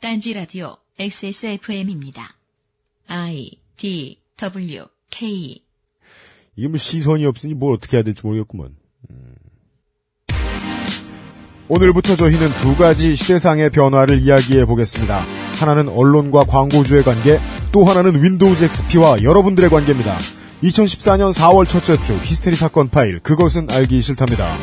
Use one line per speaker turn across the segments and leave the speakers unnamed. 딴지 라디오 XSFM입니다. I D W K
이게 뭐 시선이 없으니 뭘 어떻게 해야 될지 모르겠구먼. 음. 오늘부터 저희는 두 가지 시대상의 변화를 이야기해 보겠습니다. 하나는 언론과 광고주의 관계, 또 하나는 윈도우즈 XP와 여러분들의 관계입니다. 2014년 4월 첫째 주 히스테리 사건 파일, 그것은 알기 싫답니다.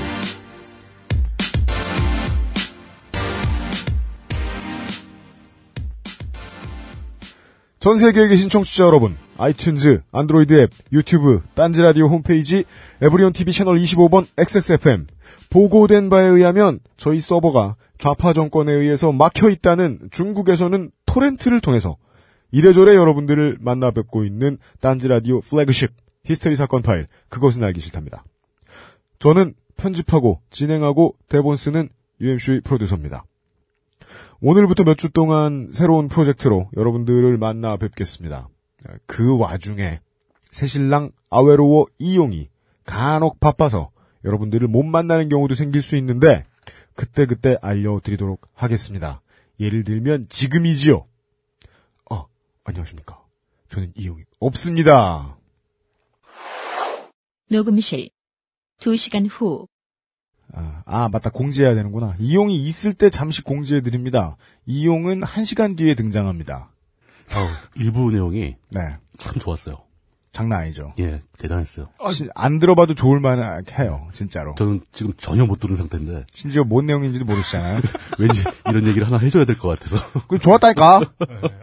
전 세계에 계신 청취자 여러분, 아이튠즈, 안드로이드 앱, 유튜브, 딴지라디오 홈페이지, 에브리온 TV 채널 25번 XSFM. 보고된 바에 의하면 저희 서버가 좌파 정권에 의해서 막혀 있다는 중국에서는 토렌트를 통해서 이래저래 여러분들을 만나 뵙고 있는 딴지라디오 플래그십 히스테리 사건 파일 그것은 알기 싫답니다. 저는 편집하고 진행하고 대본 쓰는 UMC의 프로듀서입니다. 오늘부터 몇 주 동안 새로운 프로젝트로 여러분들을 만나 뵙겠습니다. 그 와중에 새신랑 아웨로워 이용이 간혹 바빠서 여러분들을 못 만나는 경우도 생길 수 있는데 그때그때 알려드리도록 하겠습니다. 예를 들면 지금이지요. 아, 안녕하십니까. 저는 이용이 없습니다.
녹음실 2시간 후
아, 아, 맞다. 공지해야 되는구나. 이용이 있을 때 잠시 공지해드립니다. 이용은 1시간 뒤에 등장합니다.
아우, 일부 내용이
네.
참 좋았어요.
장난 아니죠.
예, 대단했어요.
시- 아, 안 들어봐도 좋을 만해요. 진짜로.
저는 지금 전혀 못 들은 상태인데
심지어 뭔 내용인지도 모르시잖아요.
왠지 이런 얘기를 하나 해줘야 될 것 같아서.
그 좋았다니까.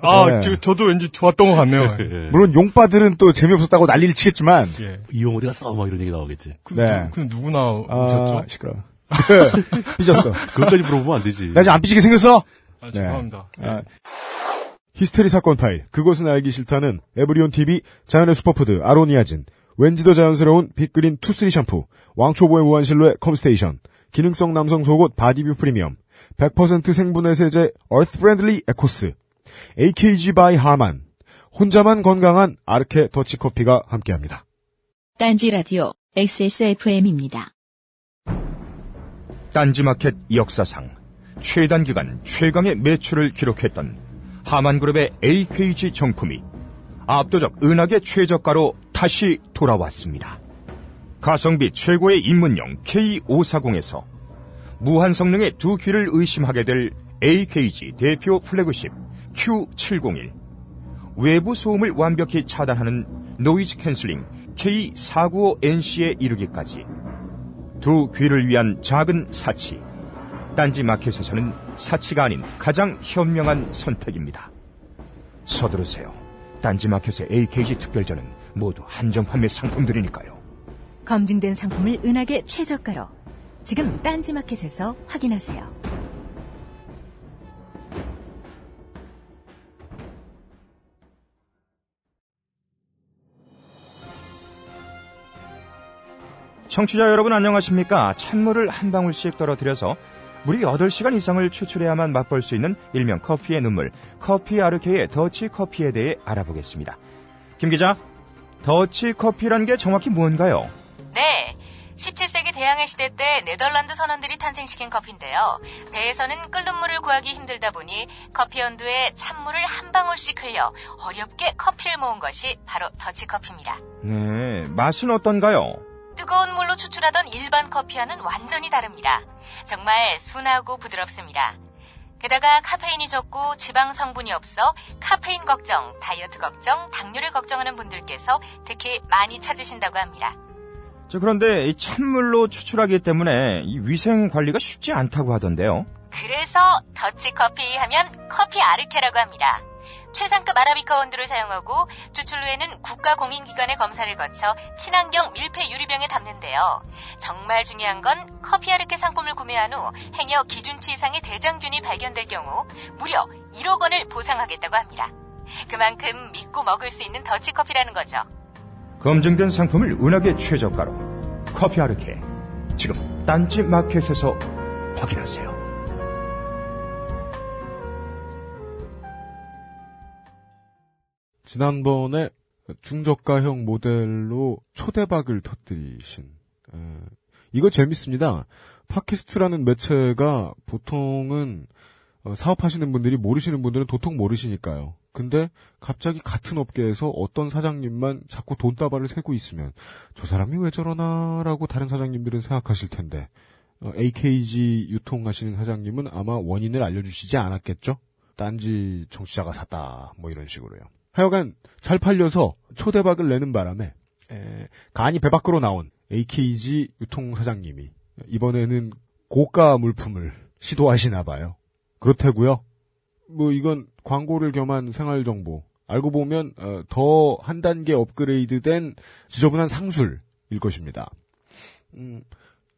아,
네.
저, 저도 왠지 좋았던 것 같네요.
예.
물론 용빠들은 또 재미없었다고 난리를 치겠지만.
예.
이용 어디 갔어? 막 이런 얘기 나오겠지.
그,
네.
그 누구나
아,
오셨죠?
시끄러워. 네, 삐졌어.
그것까지 물어보면 안 되지.
나 지금 안 삐지게 생겼어?
아,
네.
죄송합니다. 예.
아, 히스테리 사건 파일, 그것은 알기 싫다는 에브리온 TV, 자연의 슈퍼푸드, 아로니아진, 왠지 더 자연스러운 빅그린 투쓰리 샴푸, 왕초보의 무한실로의 컴스테이션, 기능성 남성 속옷 바디뷰 프리미엄, 100% 생분해 세제 얼스 프렌들리 에코스, AKG 바이 하만, 혼자만 건강한 아르케 더치커피가 함께합니다.
딴지 라디오 XSFM입니다.
딴지마켓 역사상 최단 기간 최강의 매출을 기록했던 하만그룹의 AKG 정품이 압도적 은하계 최저가로 다시 돌아왔습니다. 가성비 최고의 입문용 K540에서 무한 성능의 두 귀를 의심하게 될 AKG 대표 플래그십 Q701 외부 소음을 완벽히 차단하는 노이즈 캔슬링 K495NC에 이르기까지 두 귀를 위한 작은 사치. 딴지 마켓에서는 사치가 아닌 가장 현명한 선택입니다. 서두르세요. 딴지 마켓의 AKG 특별전은 모두 한정 판매 상품들이니까요.
검증된 상품을 은하계 최저가로 지금 딴지마켓에서 확인하세요.
청취자 여러분 안녕하십니까? 찬물을 한 방울씩 떨어뜨려서 무려 8시간 이상을 추출해야만 맛볼 수 있는 일명 커피의 눈물, 커피 아르케의 더치 커피에 대해 알아보겠습니다. 김 기자, 더치 커피란 게 정확히 뭔가요?
네. 17세기 대항해 시대 때 네덜란드 선원들이 탄생시킨 커피인데요. 배에서는 끓는 물을 구하기 힘들다 보니 커피 연두에 찬물을 한 방울씩 흘려 어렵게 커피를 모은 것이 바로 더치커피입니다.
네, 맛은 어떤가요?
뜨거운 물로 추출하던 일반 커피와는 완전히 다릅니다. 정말 순하고 부드럽습니다. 게다가 카페인이 적고 지방 성분이 없어 카페인 걱정, 다이어트 걱정, 당뇨를 걱정하는 분들께서 특히 많이 찾으신다고 합니다.
저 그런데 이 찬물로 추출하기 때문에 이 위생 관리가 쉽지 않다고 하던데요.
그래서 더치커피 하면 커피 아르케라고 합니다. 최상급 아라비카 원두를 사용하고 추출 후에는 국가 공인기관의 검사를 거쳐 친환경 밀폐 유리병에 담는데요. 정말 중요한 건 커피 아르케 상품을 구매한 후 행여 기준치 이상의 대장균이 발견될 경우 무려 1억 원을 보상하겠다고 합니다. 그만큼 믿고 먹을 수 있는 더치커피라는 거죠.
검증된 상품을 은하계 최저가로 커피 아르케 지금 딴지 마켓에서 확인하세요.
지난번에 중저가형 모델로 초대박을 터뜨리신 예, 에, 이거 재밌습니다. 팟캐스트라는 매체가 보통은 어, 어, 사업하시는 분들이 모르시는 분들은 도통 모르시니까요. 근데 갑자기 같은 업계에서 어떤 사장님만 자꾸 돈다발을 세고 있으면 저 사람이 왜 저러나라고 다른 사장님들은 생각하실 텐데 어, AKG 유통하시는 사장님은 아마 원인을 알려주시지 않았겠죠? 딴지 정치자가 샀다 뭐 이런 식으로요. 하여간 잘 팔려서 초대박을 내는 바람에 에, 간이 배 밖으로 나온 AKG 유통 사장님이 이번에는 고가 물품을 시도하시나 봐요. 그렇다고요. 뭐 이건 광고를 겸한 생활 정보. 알고 보면 어, 더 한 단계 업그레이드된 지저분한 상술일 것입니다. 음,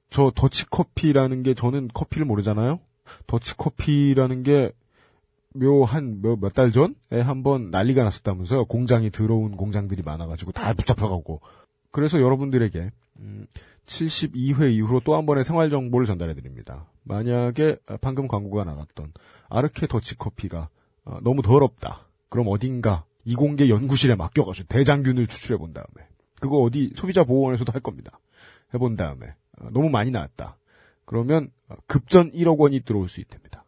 저 더치커피라는 게 저는 커피를 모르잖아요. 더치커피라는 게 묘한 몇 달 전에 한번 난리가 났었다면서요. 공장이 들어온 공장들이 많아가지고 다 붙잡혀가고. 그래서 여러분들에게 음, 72회 이후로 또 한 번의 생활 정보를 전달해 드립니다. 만약에 아, 방금 광고가 나갔던 아르케 더치 커피가 아, 너무 더럽다. 그럼 어딘가 이공계 연구실에 맡겨가지고 대장균을 추출해 본 다음에 그거 어디 소비자 보호원에서도 할 겁니다. 해본 다음에 아, 너무 많이 나왔다. 그러면 아, 급전 1억 원이 들어올 수 있답니다.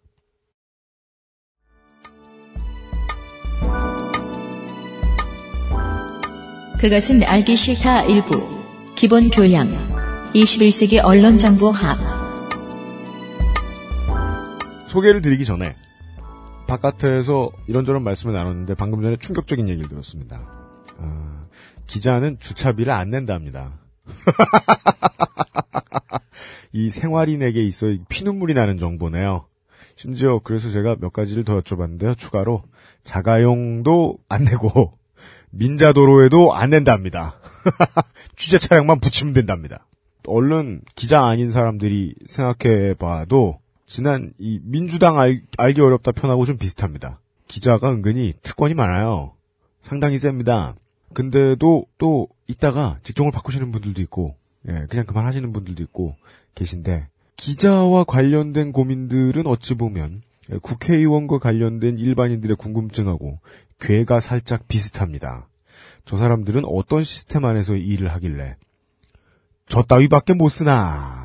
그것은 알기 싫다 일부 기본 교양 21세기 언론 정보 합
소개를 드리기 전에 바깥에서 이런저런 말씀을 나눴는데 방금 전에 충격적인 얘기를 들었습니다. 아, 기자는 주차비를 안 낸답니다. 이 생활인에게 있어 피눈물이 나는 정보네요. 심지어 그래서 제가 몇 가지를 더 여쭤봤는데요. 추가로 자가용도 안 내고 민자도로에도 안 낸답니다. 취재 차량만 붙이면 된답니다. 얼른 기자 아닌 사람들이 생각해봐도 지난 이 민주당 알, 알기 어렵다 편하고 좀 비슷합니다. 기자가 은근히 특권이 많아요. 상당히 셉니다. 근데도 또 이따가 직종을 바꾸시는 분들도 있고, 예, 그냥 그만하시는 분들도 있고 계신데 기자와 관련된 고민들은 어찌 보면 예, 국회의원과 관련된 일반인들의 궁금증하고 괴가 살짝 비슷합니다. 저 사람들은 어떤 시스템 안에서 일을 하길래 저 따위밖에 못 쓰나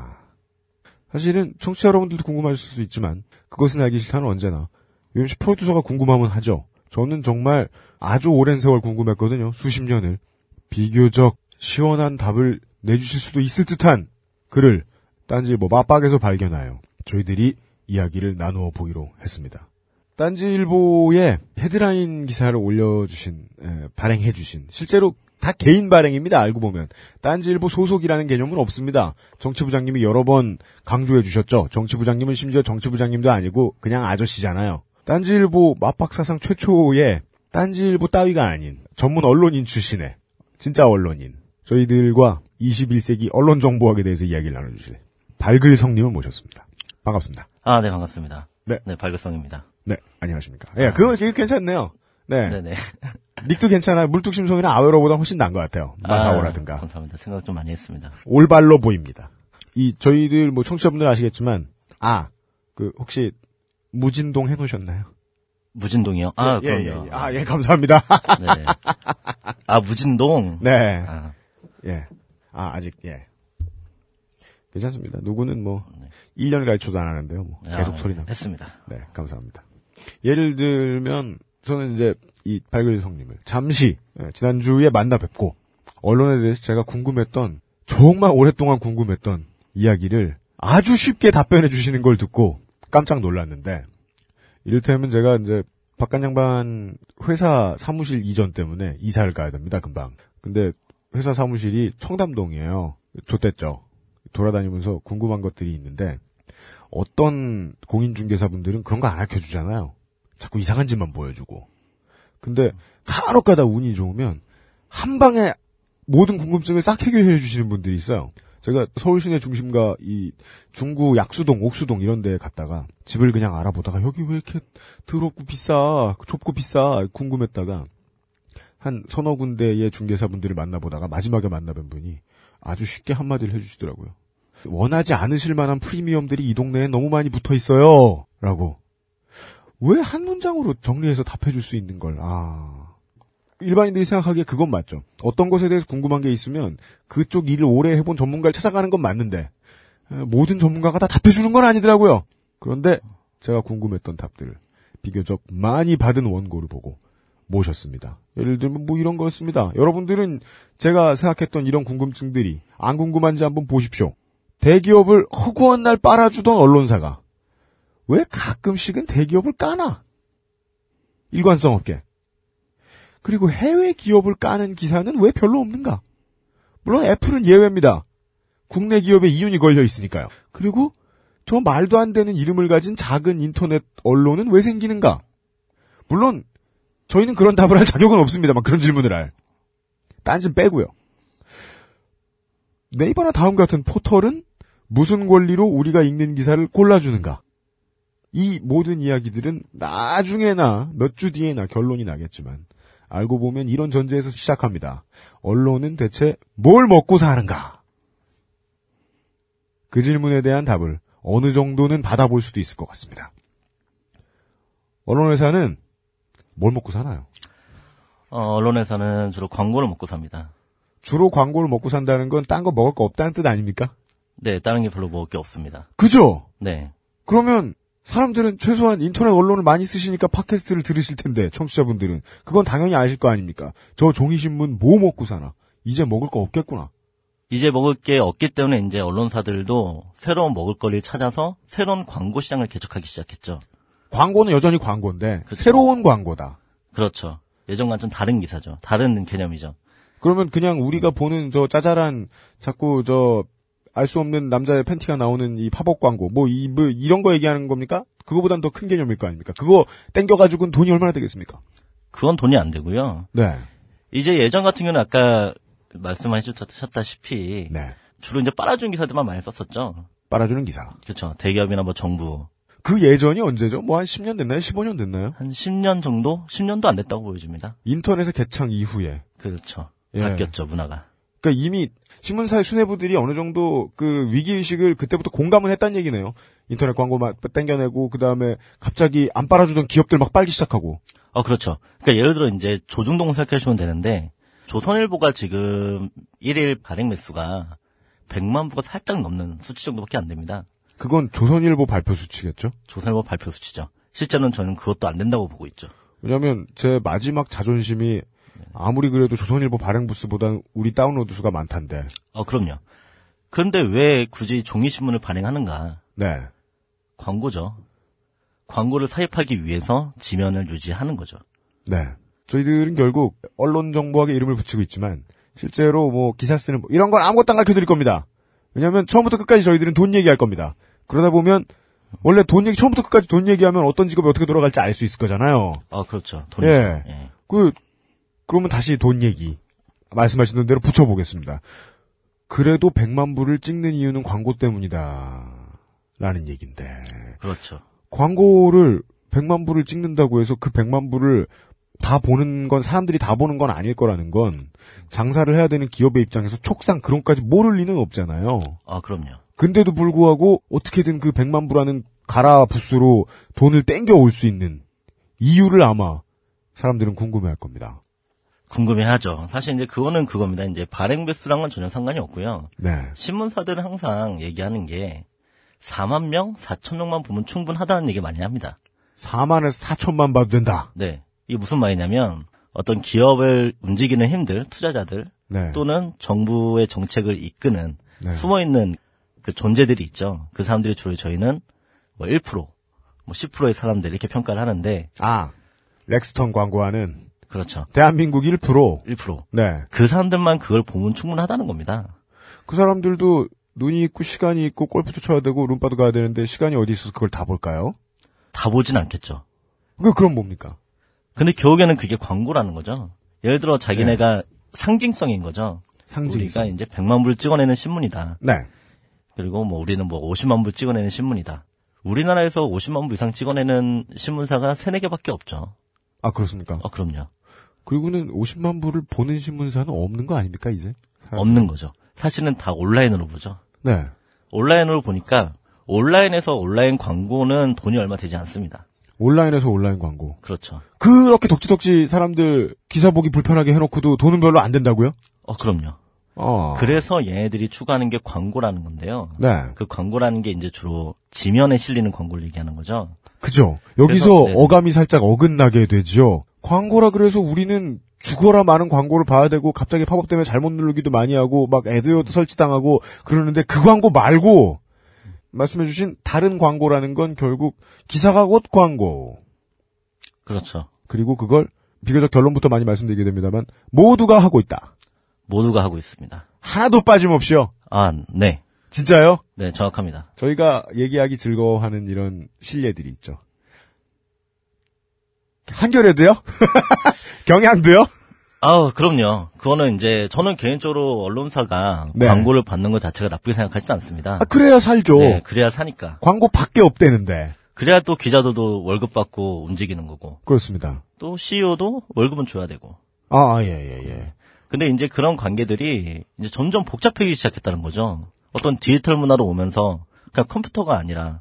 사실은 청취자 여러분들도 궁금하실 수 있지만 그것은 알기 싫다는 언제나 요즘 프로듀서가 궁금하면 하죠. 저는 정말 아주 오랜 세월 궁금했거든요. 수십 년을 비교적 시원한 답을 내주실 수도 있을 듯한 글을 딴지 뭐 맛박에서 발견하여 저희들이 이야기를 나누어 보기로 했습니다. 딴지일보에 헤드라인 기사를 올려주신 에, 발행해주신 실제로 다 개인 발행입니다. 알고 보면 딴지일보 소속이라는 개념은 없습니다. 정치부장님이 여러 번 강조해 주셨죠. 정치부장님은 심지어 정치부장님도 아니고 그냥 아저씨잖아요. 딴지일보 맛박사상 최초의 딴지일보 따위가 아닌 전문 언론인 출신의 진짜 언론인 저희들과 21세기 언론 정보학에 대해서 이야기를 나눠주실 발글성님을 모셨습니다. 반갑습니다.
아, 네, 반갑습니다.
네.
네, 발그성입니다.
네, 안녕하십니까. 예, 그거 되게 괜찮네요. 네.
아. 네네.
닉도 괜찮아요. 물뚝심송이나 아웨로보다 훨씬 나은 것 같아요.
아,
마사오라든가.
감사합니다. 생각 좀 많이 했습니다.
올발로 보입니다. 이, 저희들 뭐 청취자분들 아시겠지만, 아, 그, 혹시, 무진동 해놓으셨나요?
무진동이요? 아,
예, 예,
그럼요.
예. 아, 예, 감사합니다.
네. 아, 무진동?
네.
아,
예. 아, 아직, 예. 괜찮습니다. 누구는 뭐, 1년 갈초도 안 하는데요. 뭐. 계속
아,
소리 나고.
했습니다.
네, 감사합니다. 예를 들면 저는 이제 이 발굴성님을 잠시 예, 지난주에 만나 뵙고 언론에 대해서 제가 궁금했던 정말 오랫동안 궁금했던 이야기를 아주 쉽게 답변해 주시는 걸 듣고 깜짝 놀랐는데 이를테면 제가 이제 박간 양반 회사 사무실 이전 때문에 이사를 가야 됩니다 금방 근데 회사 사무실이 청담동이에요 좋댔죠 돌아다니면서 궁금한 것들이 있는데 어떤 공인중개사분들은 그런 거 안 알려주잖아요. 자꾸 이상한 짓만 보여주고. 근데 간혹 가다 운이 좋으면 한 방에 모든 궁금증을 싹 해결해 주시는 분들이 있어요. 제가 서울 시내 중심가 이 중구 약수동, 옥수동 이런 데 갔다가 집을 그냥 알아보다가 여기 왜 이렇게 더럽고 비싸, 좁고 비싸 궁금했다가 한 서너 군데의 중개사분들을 만나보다가 마지막에 만나뵌 분이 아주 쉽게 한마디를 해주시더라고요. 원하지 않으실 만한 프리미엄들이 이 동네에 너무 많이 붙어 있어요. 라고. 왜 한 문장으로 정리해서 답해줄 수 있는 걸, 아. 일반인들이 생각하기에 그건 맞죠. 어떤 것에 대해서 궁금한 게 있으면 그쪽 일을 오래 해본 전문가를 찾아가는 건 맞는데, 에, 모든 전문가가 다 답해주는 건 아니더라고요. 그런데 제가 궁금했던 답들을 비교적 많이 받은 원고를 보고 모셨습니다. 예를 들면 뭐 이런 거였습니다. 여러분들은 제가 생각했던 이런 궁금증들이 안 궁금한지 한번 보십시오. 대기업을 허구한 날 빨아주던 언론사가 왜 가끔씩은 대기업을 까나? 일관성 없게. 그리고 해외 기업을 까는 기사는 왜 별로 없는가? 물론 애플은 예외입니다. 국내 기업에 이윤이 걸려 있으니까요. 그리고 저 말도 안 되는 이름을 가진 작은 인터넷 언론은 왜 생기는가? 물론 저희는 그런 답을 할 자격은 없습니다만 그런 질문을 할. 딴좀 빼고요. 네이버나 다음 같은 포털은 무슨 권리로 우리가 읽는 기사를 골라주는가? 이 모든 이야기들은 나중에나 몇 주 뒤에나 결론이 나겠지만 알고 보면 이런 전제에서 시작합니다. 언론은 대체 뭘 먹고 사는가? 그 질문에 대한 답을 어느 정도는 받아볼 수도 있을 것 같습니다. 언론회사는 뭘 먹고 사나요?
어, 언론에서는 주로 광고를 먹고 삽니다.
주로 광고를 먹고 산다는 건 딴 거 먹을 거 없다는 뜻 아닙니까?
네, 다른 게 별로 먹을 게 없습니다.
그죠?
네.
그러면 사람들은 최소한 인터넷 언론을 많이 쓰시니까 팟캐스트를 들으실 텐데 청취자분들은 그건 당연히 아실 거 아닙니까? 저 종이신문 뭐 먹고 사나? 이제 먹을 거 없겠구나.
이제 먹을 게 없기 때문에 이제 언론사들도 새로운 먹을거리를 찾아서 새로운 광고 시장을 개척하기 시작했죠.
광고는 여전히 광고인데
그쵸.
새로운 광고다.
그렇죠. 예전과 좀 다른 기사죠. 다른 개념이죠.
그러면 그냥 우리가 보는 저 짜잘한 자꾸 저 알 수 없는 남자의 팬티가 나오는 이 팝업 광고 뭐 이 뭐 이런 거 얘기하는 겁니까? 그거보단 더 큰 개념일 거 아닙니까? 그거 땡겨가지고는 돈이 얼마나 되겠습니까?
그건 돈이 안 되고요.
네,
이제 예전 같은 경우는 아까 말씀하셨다시피
네.
주로 이제 빨아준 기사들만 많이 썼었죠.
빨아주는 기사.
그렇죠. 대기업이나 뭐 정부
그 예전이 언제죠? 뭐 한 10년 됐나요? 15년 됐나요?
한 10년 정도, 10년도 안 됐다고 보여집니다.
인터넷의 개창 이후에
그렇죠.
예.
바뀌었죠 문화가.
그러니까 이미 신문사의 수뇌부들이 어느 정도 그 위기 의식을 그때부터 공감을 했단 얘기네요. 인터넷 광고 막 땡겨내고 그 다음에 갑자기 안 빨아주던 기업들 막 빨기 시작하고
어 그렇죠. 그러니까 예를 들어 이제 조중동 생각하시면 되는데 조선일보가 지금 1일 발행 매수가 100만 부가 살짝 넘는 수치 정도밖에 안 됩니다.
그건 조선일보 발표 수치겠죠.
조선일보 발표 수치죠. 실제로는 저는 그것도 안 된다고 보고 있죠.
왜냐하면 제 마지막 자존심이 아무리 그래도 조선일보 발행 부스보다는 우리 다운로드 수가 많단데.
어 그럼요. 그런데 왜 굳이 종이 신문을 발행하는가?
네.
광고죠. 광고를 사입하기 위해서 지면을 유지하는 거죠.
네. 저희들은 결국 언론 정보학에 이름을 붙이고 있지만 실제로 뭐 기사 쓰는 법, 이런 건 아무것도 안 가르쳐 드릴 겁니다. 왜냐하면 처음부터 끝까지 저희들은 돈 얘기할 겁니다. 그러다 보면 원래 돈 얘기 처음부터 끝까지 돈 얘기하면 어떤 직업이 어떻게 돌아갈지 알 수 있을 거잖아요.
어 그렇죠. 돈이죠.
예.
예.
그 그러면 다시 돈 얘기 말씀하시는 대로 붙여보겠습니다. 그래도 100만 불을 찍는 이유는 광고 때문이다. 라는 얘긴데
그렇죠.
광고를 100만 불을 찍는다고 해서 그 100만 불을 다 보는 건 사람들이 다 보는 건 아닐 거라는 건 장사를 해야 되는 기업의 입장에서 촉상 그런까지 모를 리는 없잖아요.
아 그럼요.
근데도 불구하고 어떻게든 그 100만 불하는 가라 부스로 돈을 땡겨 올 수 있는 이유를 아마 사람들은 궁금해 할 겁니다.
궁금해하죠. 사실 이제 그거는 그겁니다. 이제 발행 배수랑은 전혀 상관이 없고요.
네.
신문사들은 항상 얘기하는 게 4만 명, 4천 명만 보면 충분하다는 얘기 많이 합니다.
4만에서 4천만 봐도 된다.
네. 이게 무슨 말이냐면 어떤 기업을 움직이는 힘들, 투자자들
네.
또는 정부의 정책을 이끄는
네.
숨어 있는 그 존재들이 있죠. 그 사람들이 주로 저희는 뭐 1%, 뭐 10%의 사람들 이렇게 평가를 하는데
아. 렉스턴 광고하는
그렇죠.
대한민국 1%.
1%.
네.
그 사람들만 그걸 보면 충분하다는 겁니다.
그 사람들도 눈이 있고 시간이 있고 골프도 쳐야 되고 룸바도 가야 되는데 시간이 어디 있어서 그걸 다 볼까요?
다 보진 않겠죠.
그 그럼 뭡니까?
근데 결국에는 그게 광고라는 거죠. 예를 들어 자기네가 상징성인 거죠.
상징성.
우리가 이제 100만 불 찍어내는 신문이다.
네.
그리고 뭐 우리는 뭐 50만 불 찍어내는 신문이다. 우리나라에서 50만 불 이상 찍어내는 신문사가 세네 개밖에 없죠.
아 그렇습니까?
어 그럼요.
그리고는 50만 부를 보는 신문사는 없는 거 아닙니까 이제?
없는 거죠. 사실은 다 온라인으로 보죠.
네.
온라인으로 보니까 온라인에서 온라인 광고는 돈이 얼마 되지 않습니다.
온라인에서 온라인 광고.
그렇죠.
그렇게 덕지덕지 사람들 기사 보기 불편하게 해놓고도 돈은 별로 안 된다고요?
어 그럼요.
어.
그래서 얘네들이 추구하는 게 광고라는 건데요.
네.
그 광고라는 게 이제 주로 지면에 실리는 광고를 얘기하는 거죠.
그죠. 여기서
그래서, 네네.
어감이 살짝 어긋나게 되죠. 광고라 그래서 우리는 죽어라 많은 광고를 봐야 되고 갑자기 팝업 때문에 잘못 누르기도 많이 하고 막 애드웨어도 설치당하고 그러는데 그 광고 말고 말씀해주신 다른 광고라는 건 결국 기사가 곧 광고
그렇죠.
그리고 그걸 비교적 결론부터 많이 말씀드리게 됩니다만 모두가 하고 있다.
모두가 하고 있습니다.
하나도 빠짐없이요.
아, 네.
진짜요?
네, 정확합니다.
저희가 얘기하기 즐거워하는 이런 실례들이 있죠. 한겨레도요? 경향도요?
아, 그럼요. 그거는 이제 저는 개인적으로 언론사가
네.
광고를 받는 것 자체가 나쁘게 생각하지는 않습니다.
아, 그래야 살죠.
네, 그래야 사니까.
광고 밖에 없대는데.
그래야 또 기자들도 월급 받고 움직이는 거고
그렇습니다.
또 CEO도 월급은 줘야 되고.
아, 예, 예, 예.
근데 이제 그런 관계들이 이제 점점 복잡해지기 시작했다는 거죠. 어떤 디지털 문화로 오면서 그냥 컴퓨터가 아니라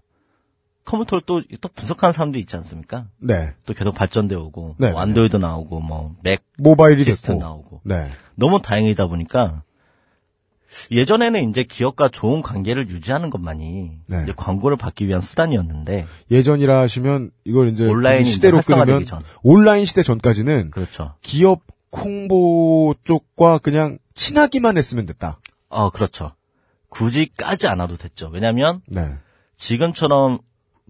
컴퓨터를 또, 또 분석하는 사람도 있지 않습니까?
네.
또 계속 발전되어 오고
네,
뭐 안드로이드 나오고 뭐 맥
모바일이
시스템
됐고.
나오고
네.
너무 다양이다 보니까 예전에는 이제 기업과 좋은 관계를 유지하는 것만이
네.
이제 광고를 받기 위한 수단이었는데
예전이라 하시면 이걸 이제
온라인이
우리 시대로
이제 활성화되기
끄면
전.
온라인 시대 전까지는
그렇죠.
기업 홍보 쪽과 그냥 친하기만 했으면 됐다.
아 그렇죠. 굳이 까지 않아도 됐죠. 왜냐하면
네.
지금처럼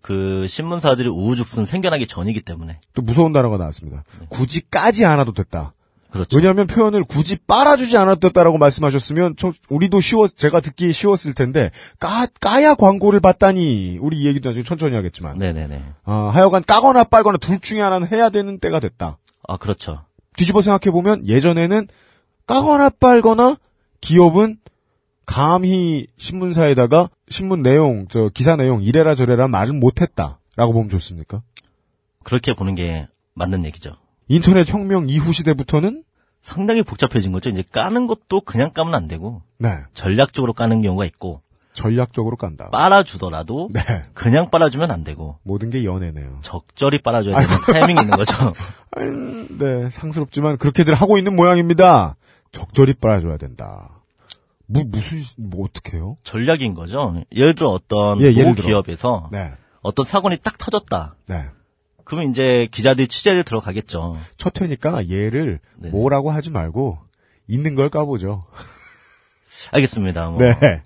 그 신문사들이 우후죽순 생겨나기 전이기 때문에
또 무서운 단어가 나왔습니다.
네.
굳이 까지 않아도 됐다.
그렇죠.
왜냐하면 표현을 굳이 빨아주지 않아도 됐다라고 말씀하셨으면 저- 우리도 쉬워 제가 듣기 쉬웠을 텐데 까 까야 광고를 봤다니 우리 이 얘기도 나중에 천천히 하겠지만
네네네.
아, 하여간 까거나 빨거나 둘 중에 하나는 해야 되는 때가 됐다.
아 그렇죠.
뒤집어 생각해 보면 예전에는 까거나 빨거나 기업은 감히 신문사에다가 신문 내용 저 기사 내용 이래라 저래라 말을 못했다라고 보면 좋습니까?
그렇게 보는 게 맞는 얘기죠.
인터넷 혁명 이후 시대부터는
상당히 복잡해진 거죠. 이제 까는 것도 그냥 까면 안 되고
네
전략적으로 까는 경우가 있고
전략적으로 깐다.
빨아주더라도
아. 네
그냥 빨아주면 안 되고
모든 게 연애네요.
적절히 빨아줘야 되는 타이밍이 있는 거죠.
네, 상스럽지만 그렇게들 하고 있는 모양입니다. 적절히 빨아줘야 된다. 무, 무슨, 시- 뭐, 어떡해요?
전략인 거죠. 예를 들어 어떤
예, 예를
모
들어.
기업에서
네,
어떤 사건이 딱 터졌다.
네.
그러면 이제 기자들이 취재를 들어가겠죠.
첫 회니까 얘를
네.
뭐라고 하지 말고, 있는 걸 까보죠.
알겠습니다. 뭐.
네,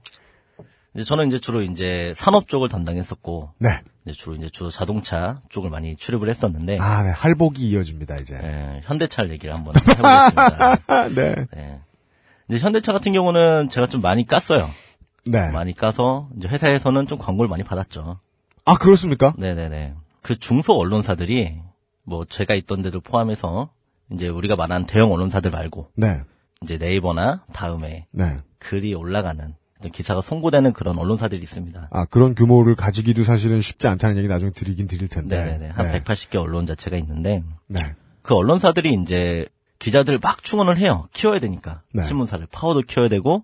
이제 저는 이제 주로 이제 산업 쪽을 담당했었고
네.
이제 주로 이제 주로 자동차 쪽을 많이 출입을 했었는데
아, 네. 할복이 이어집니다, 이제. 네.
예, 현대차 얘기를 한번 해보겠습니다.
아, 네.
예. 이제 현대차 같은 경우는 제가 좀 많이 깠어요.
네.
많이 까서 이제 회사에서는 좀 광고를 많이 받았죠.
아, 그렇습니까?
네네네. 그 중소 언론사들이 뭐 제가 있던 데도 포함해서 이제 우리가 말한 대형 언론사들 말고
네,
이제 네이버나 다음에
네.
글이 올라가는 어떤 기사가 송고되는 그런 언론사들이 있습니다.
아, 그런 규모를 가지기도 사실은 쉽지 않다는 얘기 나중에 드리긴 드릴 텐데.
네네네. 한
네.
180개 언론 자체가 있는데
네.
그 언론사들이 이제 기자들 막 충원을 해요. 키워야 되니까.
네.
신문사를 파워도 키워야 되고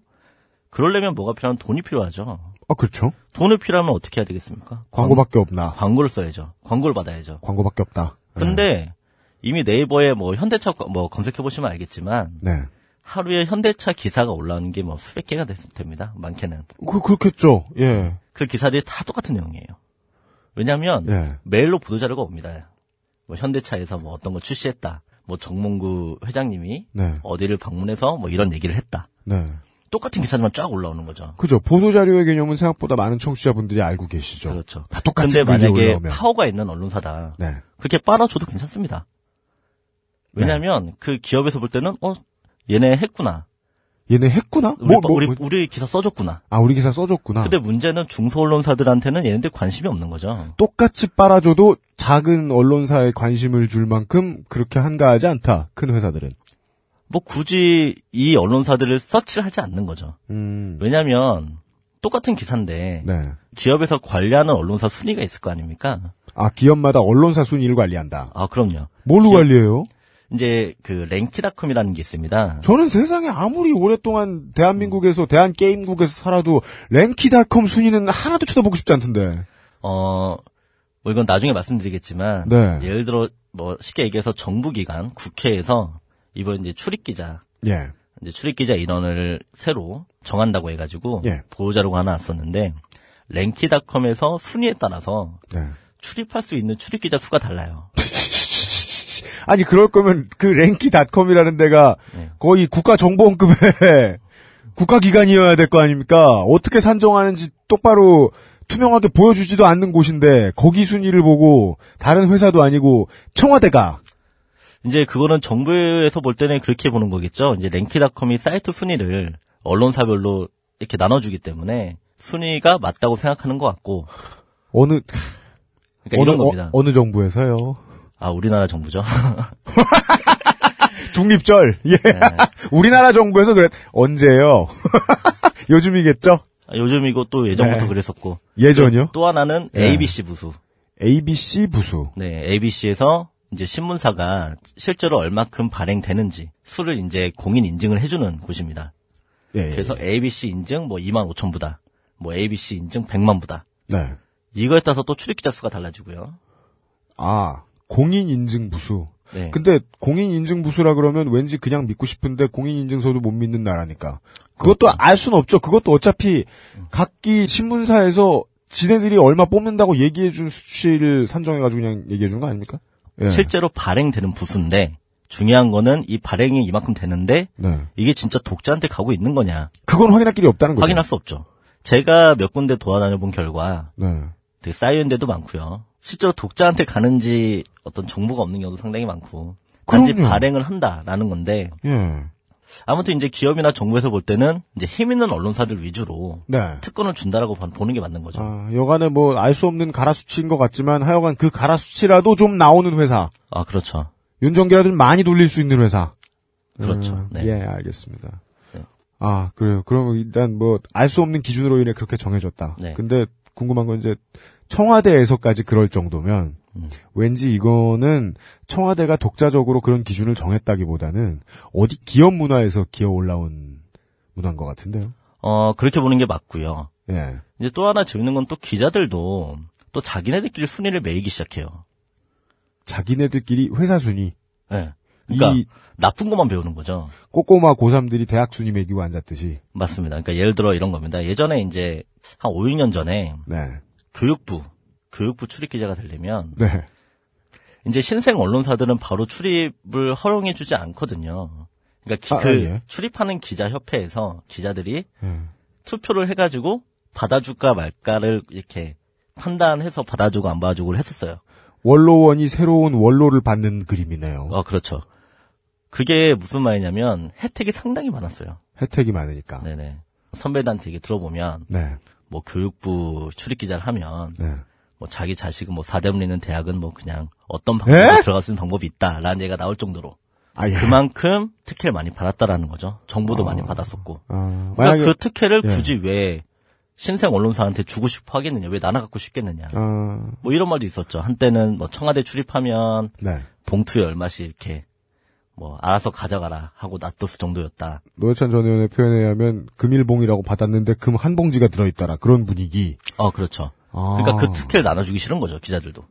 그러려면 뭐가 필요하면 돈이 필요하죠.
아, 그렇죠.
돈을 필요하면 어떻게 해야 되겠습니까?
광고밖에 없나.
광고를 써야죠. 광고를 받아야죠.
광고밖에 없다.
근데 이미 네이버에 뭐 현대차 거- 뭐 검색해 보시면 알겠지만
네.
하루에 현대차 기사가 올라오는 게 뭐 수백 개가 됐, 됩니다. 많게는
그, 그렇겠죠. 예.
그 기사들이 다 똑같은 내용이에요. 왜냐하면
예.
메일로 보도 자료가 옵니다. 뭐 현대차에서 뭐 어떤 걸 출시했다. 뭐 정몽구 회장님이
네.
어디를 방문해서 뭐 이런 얘기를 했다.
네.
똑같은 기사들만 쫙 올라오는 거죠.
그죠. 보도 자료의 개념은 생각보다 많은 청취자분들이 알고 계시죠.
그렇죠.
다 똑같은
근데
글이
만약에
올라오면.
파워가 있는 언론사다.
네.
그렇게 빨아줘도 괜찮습니다. 왜냐하면
네.
그 기업에서 볼 때는 어 얘네 했구나.
얘네 했구나?
우리,
뭐,
거-
뭐,
우리,
뭐-
우리 기사 써줬구나.
아, 우리 기사 써줬구나.
근데 문제는 중소 언론사들한테는 얘네들 관심이 없는 거죠.
똑같이 빨아줘도 작은 언론사에 관심을 줄 만큼 그렇게 한가하지 않다. 큰 회사들은.
뭐 굳이 이 언론사들을 서치를 하지 않는 거죠.
음.
왜냐하면 똑같은 기사인데
네.
기업에서 관리하는 언론사 순위가 있을 거 아닙니까?
아, 기업마다 언론사 순위를 관리한다.
아 그럼요.
뭘로
기업-
관리해요?
이제 그 랭키닷컴이라는 게 있습니다.
저는 세상에 아무리 오랫동안 대한민국에서, 대한게임국에서 살아도 랭키닷컴 순위는 하나도 쳐다보고 싶지 않던데.
어, 뭐 이건 나중에 말씀드리겠지만,
네.
예를 들어, 뭐, 쉽게 얘기해서 정부기관, 국회에서 이번 이제 출입기자,
예.
이제 출입기자 인원을 새로 정한다고 해가지고
예.
보호자료가 하나 왔었는데 랭키닷컴에서 순위에 따라서
네.
출입할 수 있는 출입기자 수가 달라요.
아니 그럴 거면 그 랭키닷컴이라는 데가
네.
거의 국가정보원급의 국가기관이어야 될 거 아닙니까? 어떻게 산정하는지 똑바로 투명하게 보여주지도 않는 곳인데 거기 순위를 보고 다른 회사도 아니고 청와대가
이제 그거는 정부에서 볼 때는 그렇게 보는 거겠죠. 이제 랭키닷컴이 사이트 순위를 언론사별로 이렇게 나눠주기 때문에 순위가 맞다고 생각하는 것 같고
어느
그러니까 이런
어느
겁니다.
어, 느 정부에서요?
아 우리나라 정부죠.
중립절 예
네.
우리나라 정부에서 그랬 언제요? 요즘이겠죠?
요즘 이거 또 예전부터
네.
그랬었고
예전요?
또 하나는
네.
ABC 부수.
ABC 부수
네, ABC에서 이제 신문사가 실제로 얼마큼 발행되는지 수를 이제 공인 인증을 해주는 곳입니다.
예, 예.
그래서 ABC 인증 뭐 2만 5천 부다, 뭐 ABC 인증 100만 부다.
네.
이거에 따라서 또 출입기자 수가 달라지고요.
아 공인 인증 부수
네.
근데 공인인증부수라 그러면 왠지 그냥 믿고 싶은데 공인인증서도 못 믿는 나라니까. 그것도 알 수는 없죠. 그것도 어차피 각기 신문사에서 지네들이 얼마 뽑는다고 얘기해준 수치를 산정해가지고 그냥 얘기해준 거 아닙니까? 예.
실제로 발행되는 부수인데 중요한 거는 이 발행이 이만큼 되는데
네.
이게 진짜 독자한테 가고 있는 거냐
그건 확인할 길이 없다는 거죠.
확인할 수 없죠. 제가 몇 군데 돌아다녀 본 결과
네.
되게 쌓여있는 데도 많고요. 실제로 독자한테 가는지 어떤 정보가 없는 경우도 상당히 많고 단지
그럼요.
발행을 한다라는 건데
예.
아무튼 이제 기업이나 정부에서 볼 때는 이제 힘 있는 언론사들 위주로
네.
특권을 준다라고 봐- 보는 게 맞는 거죠.
아, 여간에 뭐 알 수 없는 가라 수치인 것 같지만 하여간 그 가라 수치라도 좀 나오는 회사.
아 그렇죠,
윤정기라도 좀 많이 돌릴 수 있는 회사.
그렇죠.
음,
네.
예, 알겠습니다.
네.
아, 그래요. 그럼 일단 뭐, 알 수 없는 기준으로 인해 그렇게 정해졌다.
네.
근데 궁금한 건 이제, 청와대에서까지 그럴 정도면,
음.
왠지 이거는 청와대가 독자적으로 그런 기준을 정했다기보다는, 어디 기업 문화에서 기어 올라온 문화인 것 같은데요.
어 그렇게 보는 게 맞고요.
예.
이제 또 하나 재밌는 건 또 기자들도 또 자기네들끼리 순위를 매이기 시작해요.
자기네들끼리 회사 순위,
예. 그러니까
이-
나쁜 것만 배우는 거죠.
꼬꼬마 고3들이 대학 순위 매기고 앉았듯이,
맞습니다. 그러니까 예를 들어 이런 겁니다. 예전에 이제 한 5, 6년 전에
네.
교육부 교육부 출입 기자가 되려면
네.
이제 신생 언론사들은 바로 출입을 허용해주지 않거든요. 그러니까 기-
아,
그
아, 예.
출입하는 기자 협회에서 기자들이
예.
투표를 해가지고 받아줄까 말까를 이렇게 판단해서 받아주고 안 받아주고를 했었어요.
원로원이 새로운 원로를 받는 그림이네요.
아 그렇죠. 그게 무슨 말이냐면 혜택이 상당히 많았어요.
혜택이 많으니까.
네네. 선배들한테 얘기 들어보면
네.
뭐 교육부 출입 기자를 하면
네.
뭐 자기 자식은 뭐 사대문리는 대학은 뭐 그냥 어떤 방법으로
에?
들어갈 수 있는 방법이 있다라는 얘기가 나올 정도로
네? 아, 예.
그만큼 특혜를 많이 받았다라는 거죠. 정보도 많이 받았었고.
아, 만약에
그러니까 그 특혜를
예.
굳이 왜 신생 언론사한테 주고 싶어 하겠느냐, 왜 나눠 갖고 싶겠느냐.
아,
뭐 이런 말도 있었죠. 한때는 뭐 청와대 출입하면
네.
봉투에 얼마씩 이렇게 뭐 알아서 가져가라 하고 놔뒀을 정도였다.
노회찬 전 의원의 표현에 의하면 금일봉이라고 받았는데 금 한 봉지가 들어있더라. 그런 분위기.
어, 그렇죠.
아.
그러니까 그 특혜를 나눠주기 싫은 거죠, 기자들도.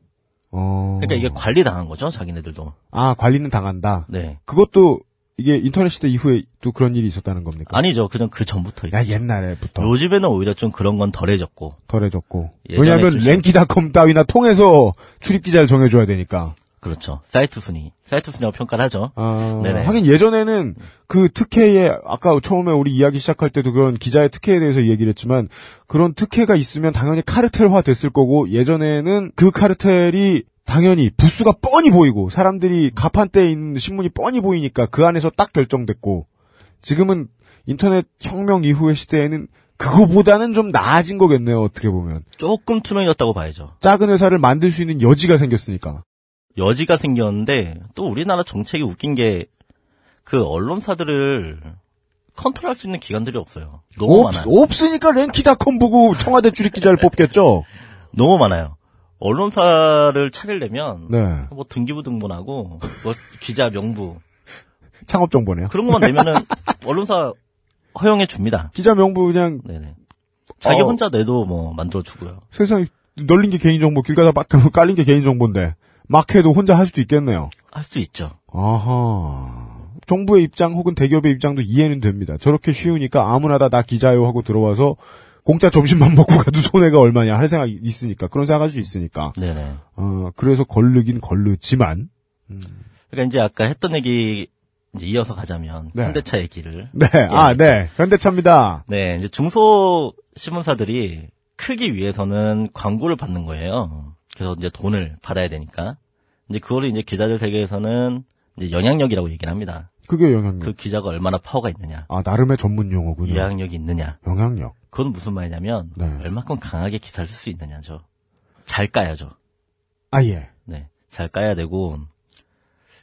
어.
그러니까 이게 관리 당한 거죠, 자기네들도.
아, 관리는 당한다.
네.
그것도 이게 인터넷 시대 이후에 또 그런 일이 있었다는 겁니까?
아니죠. 그냥 그 전부터.
야, 옛날에부터
요즘에는 오히려 좀 그런 건 덜해졌고.
덜해졌고.
예전에
왜냐면
좀 심-
랭키닷컴 따위나 통해서 출입기자를 정해줘야 되니까.
그렇죠. 사이트 순위. 사이트 순위라고 평가를 하죠.
아,
네네.
하긴 예전에는 그 특혜에 아까 처음에 우리 이야기 시작할 때도 그런 기자의 특혜에 대해서 얘기를 했지만 그런 특혜가 있으면 당연히 카르텔화 됐을 거고 예전에는 그 카르텔이 당연히 부수가 뻔히 보이고 사람들이 가판대에 있는 신문이 뻔히 보이니까 그 안에서 딱 결정됐고 지금은 인터넷 혁명 이후의 시대에는 그거보다는 좀 나아진 거겠네요 어떻게 보면
조금 투명해졌다고 봐야죠.
작은 회사를 만들 수 있는 여지가 생겼으니까
여지가 생겼는데 또 우리나라 정책이 웃긴 게 그 언론사들을 컨트롤할 수 있는 기관들이 없어요. 너무
없,
많아요.
없으니까 랭키닷컴 보고 청와대 출입기자를 뽑겠죠
너무 많아요. 언론사를 차리려면
네
뭐 등기부 등본하고 뭐 기자 명부
창업 정보네요.
그런 것만 내면은 언론사 허용해 줍니다.
기자 명부 그냥
네네. 자기
어.
혼자 내도 뭐 만들어 주고요.
세상에 널린 게 개인 정보, 길 가다 막 깔린 게 개인 정보인데 막 해도 혼자 할 수도 있겠네요.
할 수 있죠.
아하. 정부의 입장 혹은 대기업의 입장도 이해는 됩니다. 저렇게 쉬우니까 아무나 다 나 기자요 하고 들어와서 공짜 점심만 먹고 가도 손해가 얼마냐 할 생각이 있으니까 그런 생각할 수 있으니까
네네.
어, 그래서 걸르긴 걸르지만
그러니까 이제 아까 했던 얘기 이제 이어서 가자면
네.
현대차 얘기를
네 아 네
그렇죠.
현대차입니다
네 이제 중소 신문사들이 크기 위해서는 광고를 받는 거예요. 그래서 이제 돈을 받아야 되니까 이제 그거를 이제 기자들 세계에서는 이제 영향력이라고 얘기를 합니다.
그게 영향력
그 기자가 얼마나 파워가 있느냐,
아 나름의 전문 용어군요
영향력이 있느냐.
영향력
그건 무슨 말이냐면
네.
얼마큼 강하게 기사를 쓸 수 있느냐죠. 잘 까야죠.
아예
네, 잘 까야 되고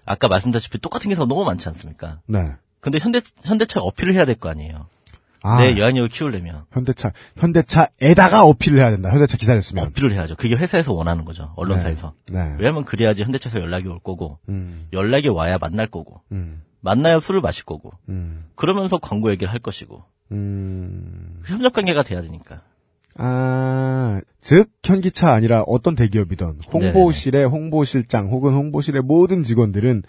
아까 말씀드렸다시피 똑같은 기사가 너무 많지 않습니까?
네아
근데 현대 현대차 어필을 해야 될 거 아니에요. 내 영향력을 키우려면
현대차 현대차에다가 어필을 해야 된다 현대차 기사를 쓰면
어필을 해야죠. 그게 회사에서 원하는 거죠. 언론사에서.
네
왜냐면 그래야지 현대차에서 연락이 올 거고
음,
연락이 와야 만날 거고
음,
만나야 술을 마실 거고
음,
그러면서 광고 얘기를 할 것이고 그
음.
협력 관계가 돼야 되니까.
아, 즉 현기차 아니라 어떤 대기업이든 홍보실의 홍보실장 혹은 홍보실의 모든 직원들은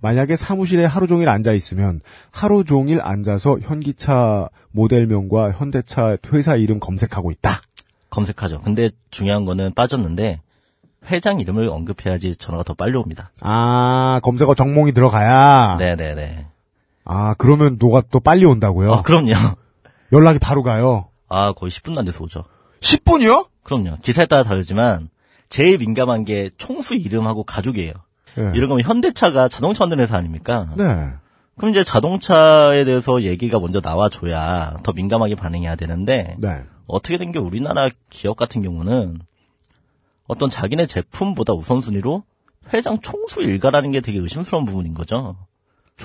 만약에 사무실에 하루 종일 앉아 있으면 하루 종일 앉아서 현기차 모델명과 현대차 회사 이름 검색하고 있다.
검색하죠. 근데 중요한 거는 빠졌는데 회장 이름을 언급해야지 전화가 더 빨리 옵니다.
아, 검색어 정몽이 들어가야.
네네네.
아, 그러면 노가 또 빨리 온다고요?
아, 그럼요.
연락이 바로 가요.
아, 거의 10분도 안 돼서 오죠.
10분이요?
그럼요. 기사에 따라 다르지만 제일 민감한 게 총수 이름하고 가족이에요. 이런 거면 현대차가 자동차 만드는 회사 아닙니까?
예. 네.
그럼 이제 자동차에 대해서 얘기가 먼저 나와줘야 더 민감하게 반응해야 되는데
네.
어떻게 된 게 우리나라 기업 같은 경우는 어떤 자기네 제품보다 우선순위로 회장 총수 일가라는 게 되게 의심스러운 부분인 거죠.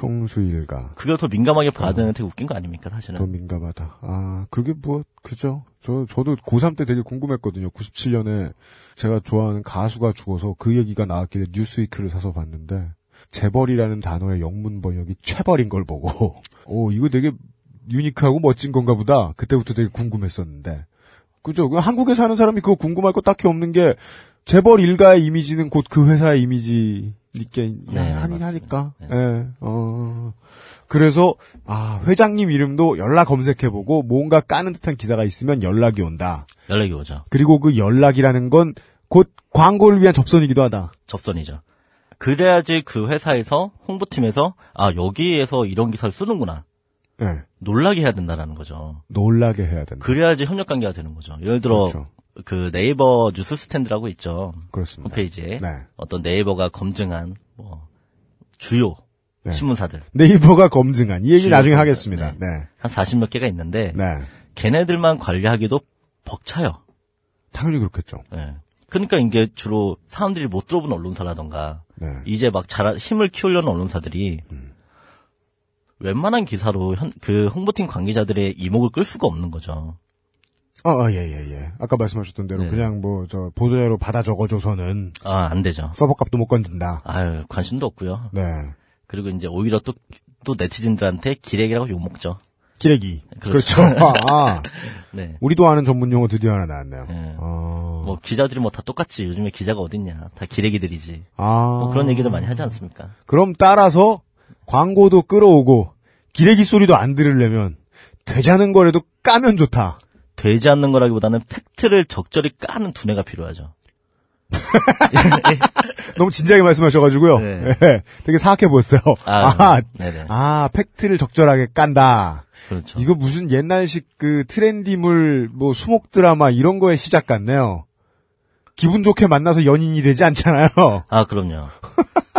총수일가.
그걸 더 민감하게 봐야 되는 게 되게 웃긴 거 아닙니까 사실은?
더 민감하다. 아, 그게 뭐, 그죠? 저, 저도 고3 때 되게 궁금했거든요. 97년에 제가 좋아하는 가수가 죽어서 그 얘기가 나왔길래 뉴스위크를 사서 봤는데, 재벌이라는 단어의 영문 번역이 최벌인 걸 보고, 오, 이거 되게 유니크하고 멋진 건가 보다. 그때부터 되게 궁금했었는데. 그죠? 그 한국에 사는 사람이 그거 궁금할 거 딱히 없는 게, 재벌 일가의 이미지는 곧 그 회사의 이미지, 있게,
네,
하긴
맞습니다.
하니까.
네.
예, 어. 그래서 아 회장님 이름도 연락 검색해보고 뭔가 까는 듯한 기사가 있으면 연락이 온다.
연락이 오죠.
그리고 그 연락이라는 건 곧 광고를 위한 접선이기도 하다.
접선이죠. 그래야지 그 회사에서 홍보팀에서 아 여기에서 이런 기사를 쓰는구나
예,
놀라게 해야 된다라는 거죠.
놀라게 해야 된다.
그래야지 협력 관계가 되는 거죠. 예를 들어 그
그렇죠.
네이버 뉴스 스탠드라고 있죠.
그렇습니다.
홈페이지에
네.
어떤 네이버가 검증한 뭐 주요
네.
신문사들
네이버가 검증한 이 얘기
지금
나중에
검증.
하겠습니다.
네.
네,
한 40몇 개가 있는데
네,
걔네들만 관리하기도 벅차요.
당연히 그렇겠죠.
예. 그러니까 이게 주로 사람들이 못 들어본 언론사라던가
네,
이제 막 자라, 힘을 키우려는 언론사들이
음.
웬만한 기사로 현- 그 홍보팀 관계자들의 이목을 끌 수가 없는 거죠.
어, 예예 예, 예. 아까 말씀하셨던 대로
네.
그냥 뭐 저 보도자료 받아 적어줘서는
아, 안 되죠.
서버값도 못 건진다.
아유, 관심도 없고요.
네,
그리고 이제 오히려 또, 또 네티즌들한테 기레기라고 욕먹죠.
기레기.
그렇죠.
아, 아.
네.
우리도 아는 전문 용어 드디어 하나 나왔네요.
네.
어.
뭐 기자들이 뭐 다 똑같지. 요즘에 기자가 어딨냐. 다 기레기들이지.
아.
뭐 그런 얘기도 많이 하지 않습니까?
그럼 따라서 광고도 끌어오고 기레기 소리도 안 들으려면 되자는 거라도 까면 좋다.
되지 않는 거라기보다는 팩트를 적절히 까는 두뇌가 필요하죠.
너무 진지하게 말씀하셔가지고요.
네.
예, 되게 사악해 보였어요.
아,
아,
네네.
아, 팩트를 적절하게 깐다.
그렇죠.
이거 무슨 옛날식 그 트렌디물 뭐 수목 드라마 이런 거의 시작 같네요. 기분 좋게 만나서 연인이 되지 않잖아요.
아, 그럼요.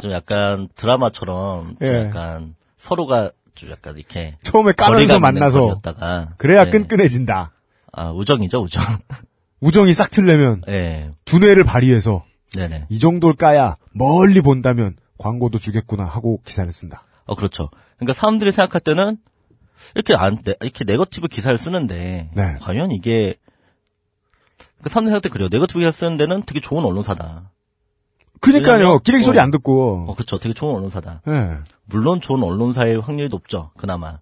좀 약간 드라마처럼 좀
예.
약간 서로가 좀 약간 이렇게
처음에 까면서
거리가
만나서
다가 예. 네.
그래야 끈끈해진다.
아, 우정이죠, 우정.
우정이 싹 틀려면
예.
두뇌를 발휘해서
네네.
이 정도를 까야 멀리 본다면 광고도 주겠구나 하고 기사를 쓴다.
어, 그렇죠. 그러니까 사람들이 생각할 때는 이렇게 안, 네- 이렇게 네거티브 기사를 쓰는데
네.
과연 이게 그 사람들 생각할 때 그래요. 네거티브 기사 쓰는 데는 되게 좋은 언론사다.
그니까요.
왜냐면-
기레기 소리
어.
안
어,
듣고.
그렇죠. 되게 좋은 언론사다.
예.
물론 좋은 언론사일 확률이 높죠. 그나마.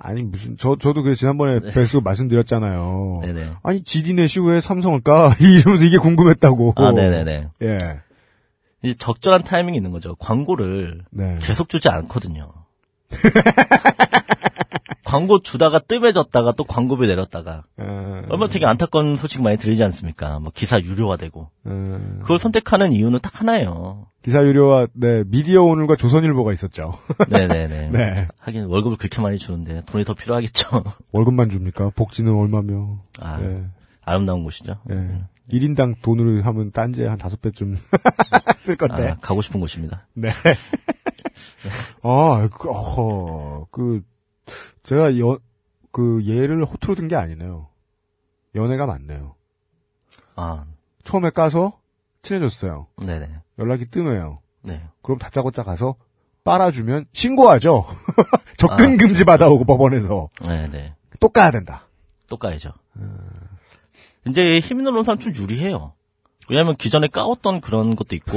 아니 무슨 저 저도 그 지난번에 뵈서 말씀드렸잖아요.
네. 네네.
아니 지디넷이 왜 삼성을 까? 이러면서 이게 궁금했다고.
아, 네네네.
예.
이제 적절한 타이밍이 있는 거죠. 광고를
네.
계속 주지 않거든요. 광고 주다가 뜸해졌다가 또 광고비 내렸다가
아,
얼마 되게 안타까운 소식 많이 들리지 않습니까? 뭐 기사 유료화되고
음,
그걸 선택하는 이유는 딱 하나예요.
기사 유료와 네 미디어 오늘과 조선일보가 있었죠.
네네네.
네.
하긴 월급을 그렇게 많이 주는데 돈이 더 필요하겠죠.
월급만 줍니까? 복지는 얼마며?
아,
예,
아름다운 곳이죠.
예. 1인당 돈으로 하면 딴지에 한 다섯 배쯤 쓸 건데.
아, 가고 싶은 곳입니다.
네. 아, 그, 어허, 그, 제가 연, 그, 예를 호투로 든 게 아니네요. 연애가 많네요.
아,
처음에 까서 친해졌어요.
네네.
연락이 뜸해요.
네.
그럼 다짜고짜 가서 빨아주면 신고하죠. 접근 금지 받아오고 법원에서.
네네.
또 까야 된다.
또 까야죠. 이제 힘 있는 사람 좀 유리해요. 왜냐면 하 기존에 까웠던 그런 것도 있고,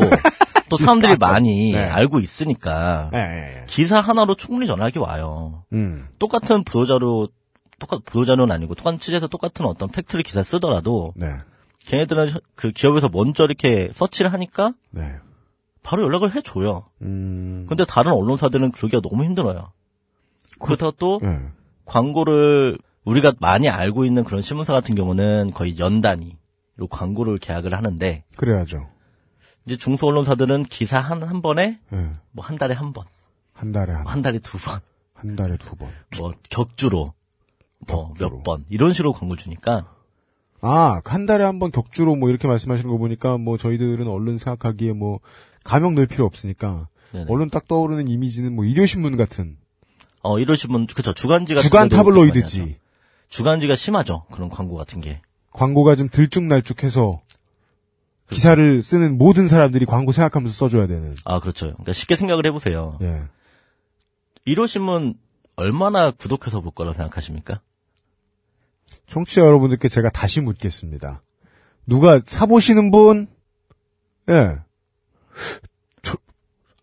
또 사람들이 많이
네.
알고 있으니까,
예, 예, 예.
기사 하나로 충분히 전화기 와요.
음.
똑같은 보도자료, 똑같, 보도자료는 아니고, 똑같은 취재에서 똑같은 어떤 팩트를 기사 쓰더라도,
네.
걔네들은 혀- 그 기업에서 먼저 이렇게 서치를 하니까,
네.
바로 연락을 해줘요.
음.
근데 다른 언론사들은 그러기가 너무 힘들어요. 그렇다고 또,
예.
광고를 우리가 많이 알고 있는 그런 신문사 같은 경우는 거의 연 단위로 광고를 계약을 하는데
그래야죠.
이제 중소 언론사들은 기사 한, 한 번에
예.
뭐 한 달에 한 번, 뭐
한 달에 한,
한 달에 두 번,
한 달에 두 번.
뭐 격주로 뭐
격주로.
몇 번 이런 식으로 광고를 주니까
아, 한 달에 한 번 격주로 뭐 이렇게 말씀하시는 거 보니까 뭐 저희들은 얼른 생각하기에 뭐 가명 넣을 필요 없으니까
네네.
얼른 딱 떠오르는 이미지는 뭐 일요신문 같은
어 이러시면 그쵸 주간지가
주간
그래도 많이 하죠.
타블로이드지
주간지가 심하죠 그런 광고 같은 게
광고가 좀
그렇죠.
들쭉날쭉해서 기사를 쓰는 모든 사람들이 광고 생각하면서 써줘야 되는
아, 그렇죠. 그러니까 쉽게 생각을 해보세요.
예
이러시면 얼마나 구독해서 볼 거라 생각하십니까?
청취자 여러분들께 제가 다시 묻겠습니다 누가 사보시는 분 예. 저,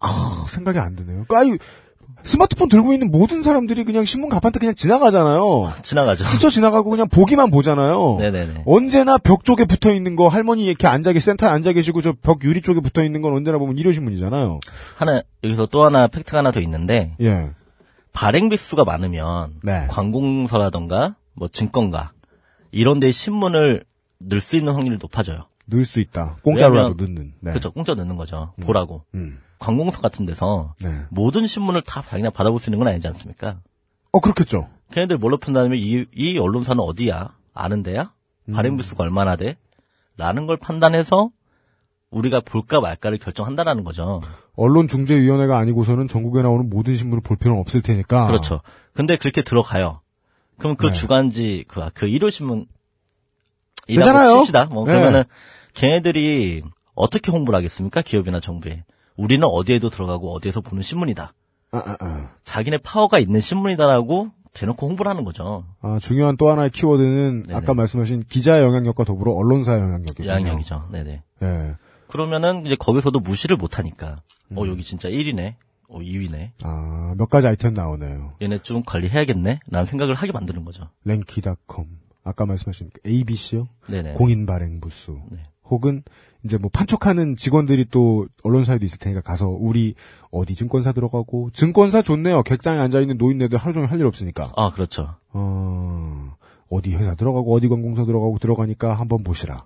아, 생각이 안 드네요. 그러니까 아니, 스마트폰 들고 있는 모든 사람들이 그냥 신문 가판대 그냥 지나가잖아요.
지나가죠.
스쳐 지나가고 그냥 보기만 보잖아요.
네네네.
언제나 벽 쪽에 붙어 있는 거 할머니 이렇게 앉아 계 센터에 앉아 계시고 저 벽 유리 쪽에 붙어 있는 건 언제나 보면 일요신문이잖아요.
하나 여기서 또 하나 팩트가 하나 더 있는데
예.
발행 빗수가 많으면
네.
관공서라던가 뭐 증권가 이런 데 신문을 넣을 수 있는 확률이 높아져요.
넣을 수 있다. 공짜로라도
왜냐면-
넣는. 네.
그렇죠. 공짜 넣는 거죠. 보라고.
음.
관공서 같은 데서
네.
모든 신문을 다 당연히 받아볼 수 있는 건 아니지 않습니까?
어 그렇겠죠.
걔네들 뭘로 판단하면 이, 이 언론사는 어디야? 아는 데야?
음.
발행 빗수가 얼마나 돼? 라는 걸 판단해서 우리가 볼까 말까를 결정한다라는 거죠.
언론 중재위원회가 아니고서는 전국에 나오는 모든 신문을 볼 필요는 없을 테니까.
그렇죠. 근데 그렇게 들어가요. 그럼 그
아. 네.
주간지 그, 아, 그 일요신문
되잖아요.
시다 뭐
네.
그러면은 걔네들이 어떻게 홍보를 하겠습니까? 기업이나 정부에 우리는 어디에도 들어가고 어디에서 보는 신문이다.
아, 아, 아.
자기네 파워가 있는 신문이다라고 대놓고 홍보를 하는 거죠.
아, 중요한 또 하나의 키워드는
네네.
아까 말씀하신 기자의 영향력과 더불어 언론사의 영향력이군요.
양형이죠. 네네.
예.
그러면은 이제 거기서도 무시를 못 하니까 어
음.
여기 진짜 1위네, 어 2위네.
아, 몇 가지 아이템 나오네요.
얘네 좀 관리해야겠네. 라는 생각을 하게 만드는 거죠.
랭키닷컴. 아까 말씀하신 그 ABC요?
네네.
공인 발행 부수
네.
혹은 이제 뭐 판촉하는 직원들이 또 언론사에도 있을 테니까 가서 우리 어디 증권사 들어가고 증권사 좋네요 객장에 앉아 있는 노인네들 하루 종일 할 일 없으니까
아 그렇죠.
어 어디 회사 들어가고 어디 관공서 들어가고 들어가니까 한번 보시라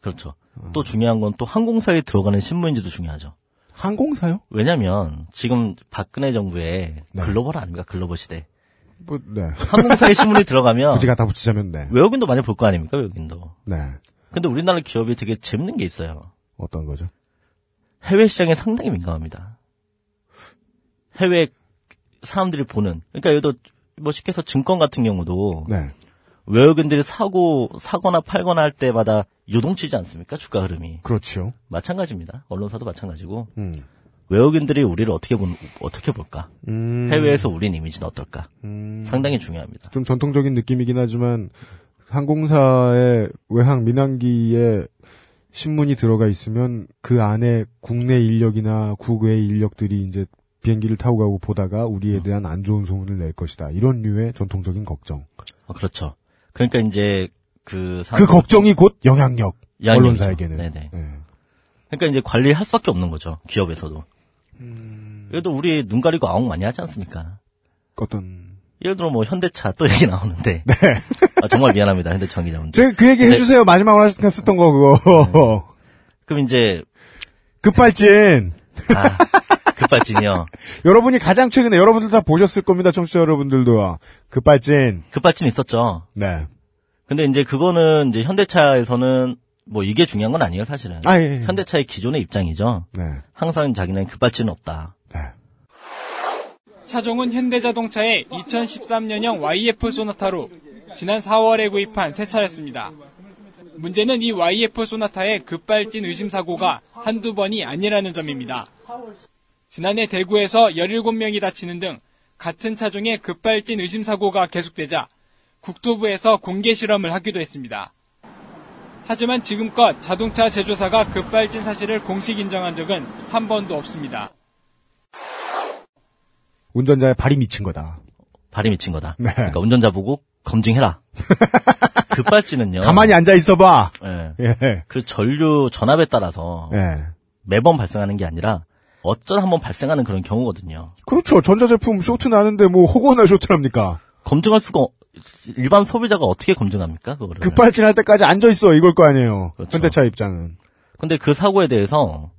그렇죠.
음.
또 중요한 건 또 항공사에 들어가는 신문인지도 중요하죠.
항공사요
왜냐면 지금 박근혜 정부의
네.
글로벌 아닙니까? 글로벌 시대.
뭐네
항공사에 신문이 들어가면
굳이 갖다 붙이자면 네 네
외국인도 많이 볼 거 아닙니까? 외국인도. 근데 우리나라 기업이 되게 재밌는 게 있어요.
어떤 거죠
해외 시장에 상당히 민감합니다. 해외 사람들이 보는. 그러니까 예를 들어 뭐 쉽게 해서 증권 같은 경우도
네
외국인들이 사고 사거나 팔거나 할 때마다 요동치지 않습니까? 주가 흐름이.
그렇지요
마찬가지입니다. 언론사도 마찬가지고
음,
외국인들이 우리를 어떻게 본 어떻게 볼까?
음,
해외에서 우린 이미지는 어떨까?
음.
상당히 중요합니다.
좀 전통적인 느낌이긴 하지만 항공사의 외항 민항기에 신문이 들어가 있으면 그 안에 국내 인력이나 국외 인력들이 이제 비행기를 타고 가고 보다가 우리에 대한 안 좋은 소문을 낼 것이다. 이런 류의 전통적인 걱정.
아, 그렇죠. 그러니까 이제 그 상...
그 걱정이 곧 영향력.
영향력이죠.
언론사에게는.
네네.
예.
그러니까 이제 관리할 수밖에 없는 거죠. 기업에서도.
음.
그래도 우리 눈 가리고 아웅 많이 하지 않습니까?
어떤
예를 들어 뭐 현대차 또 얘기 나오는데.
네.
아, 정말 미안합니다. 현대차 기자분들.
제가 그 얘기 해주세요 마지막으로 하셨- 썼던 거 그거 그
그럼 이제
급발진
아, 급발진이요.
여러분이 가장 최근에 여러분들 다 보셨을 겁니다 청취자 여러분들도 급발진
급발진 있었죠.
네
근데 이제 그거는 이제 현대차에서는 뭐 이게 중요한 건 아니에요, 사실은.
아, 예, 예.
현대차의 기존의 입장이죠.
네.
항상 자기는 급발진은 없다.
네.
차종은 현대자동차의 2013년형 YF 소나타로 지난 4월에 구입한 새 차였습니다. 문제는 이 YF 소나타의 급발진 의심 사고가 한두 번이 아니라는 점입니다. 지난해 대구에서 17명이 다치는 등 같은 차종의 급발진 의심 사고가 계속되자 국토부에서 공개 실험을 하기도 했습니다. 하지만 지금껏 자동차 제조사가 급발진 사실을 공식 인정한 적은 한 번도 없습니다.
운전자의 발이 미친 거다
발이 미친 거다.
네.
그러니까 운전자 보고 검증해라. 급발진은요.
가만히 앉아 있어봐
예.
예예 예.
그 전류 전압에 따라서
네.
매번 발생하는 게 아니라 어쩌다 한번 발생하는 그런 경우거든요.
그렇죠 전자제품 쇼트 나는데 뭐 허구나 쇼트랍니까
검증할 수가 없- 일반 소비자가 어떻게 검증합니까 그거를?
급발진 할 때까지 앉아 있어 이걸 거 아니에요
네. 그렇죠.
현대차 입장은
근데 그 사고에 대해서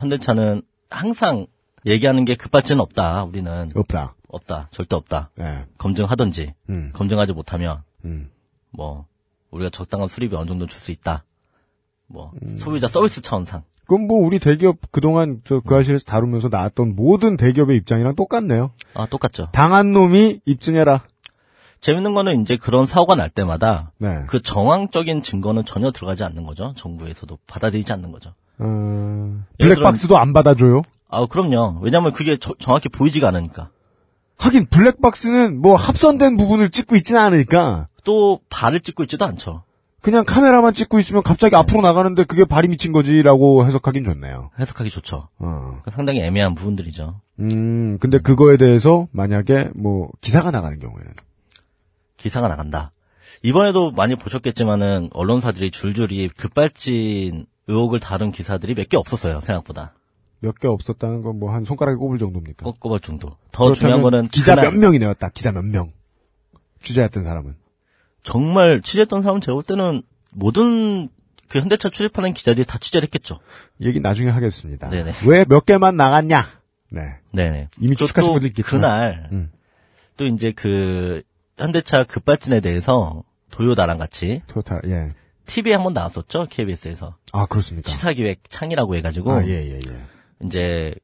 현대차는 항상 얘기하는 게 급발진은 없다. 우리는
없다
없다. 절대 없다.
예
검증하든지
음,
검증하지 못하면
음.
뭐 우리가 적당한 수리비 어느 정도 줄 수 있다. 뭐 소비자 서비스 차원상
그럼 뭐 우리 대기업 그동안 저 그 아실에서 다루면서 나왔던 모든 대기업의 입장이랑 똑같네요.
아 똑같죠.
당한 놈이 입증해라.
재밌는 거는 이제 그런 사고가 날 때마다
네.
그 정황적인 증거는 전혀 들어가지 않는 거죠. 정부에서도 받아들이지 않는 거죠.
어,
예를
블랙박스도 안 받아줘요.
아 그럼요. 왜냐하면 그게 저- 정확히 보이지가 않으니까.
하긴 블랙박스는 뭐 합선된 부분을 찍고 있지는 않으니까
또 발을 찍고 있지도 않죠.
그냥 카메라만 찍고 있으면 갑자기 앞으로 나가는데 그게 발이 미친 거지라고 해석하긴 좋네요.
해석하기 좋죠.
어.
그러니까 상당히 애매한 부분들이죠.
음, 근데 그거에 대해서 만약에 뭐 기사가 나가는 경우에는
기사가 나간다. 이번에도 많이 보셨겠지만은 언론사들이 줄줄이 급발진 의혹을 다룬 기사들이 몇 개 없었어요. 생각보다
몇 개 없었다는 건 뭐 한 손가락에 꼽을 정도입니까?
꼽꼽할 정도. 더 중요한 거는
기자
그날
몇 명이네요, 딱 기자 몇 명. 주제였던 사람은.
정말 취재했던 사람 제가 볼 때는 모든 그 현대차 출입하는 기자들이 다 취재를 했겠죠.
얘기 나중에 하겠습니다.
네네.
왜 몇 개만 나갔냐? 네.
네네.
이미
또-
추측하신
또
분도 있겠지만.
그날
음.
또 이제 그 현대차 급발진에 대해서 도요다랑 같이
토탈, 예.
TV에 한번 나왔었죠 KBS에서
아, 그렇습니까?
시사기획 창이라고 해가지고
아, 예, 예, 예.
이제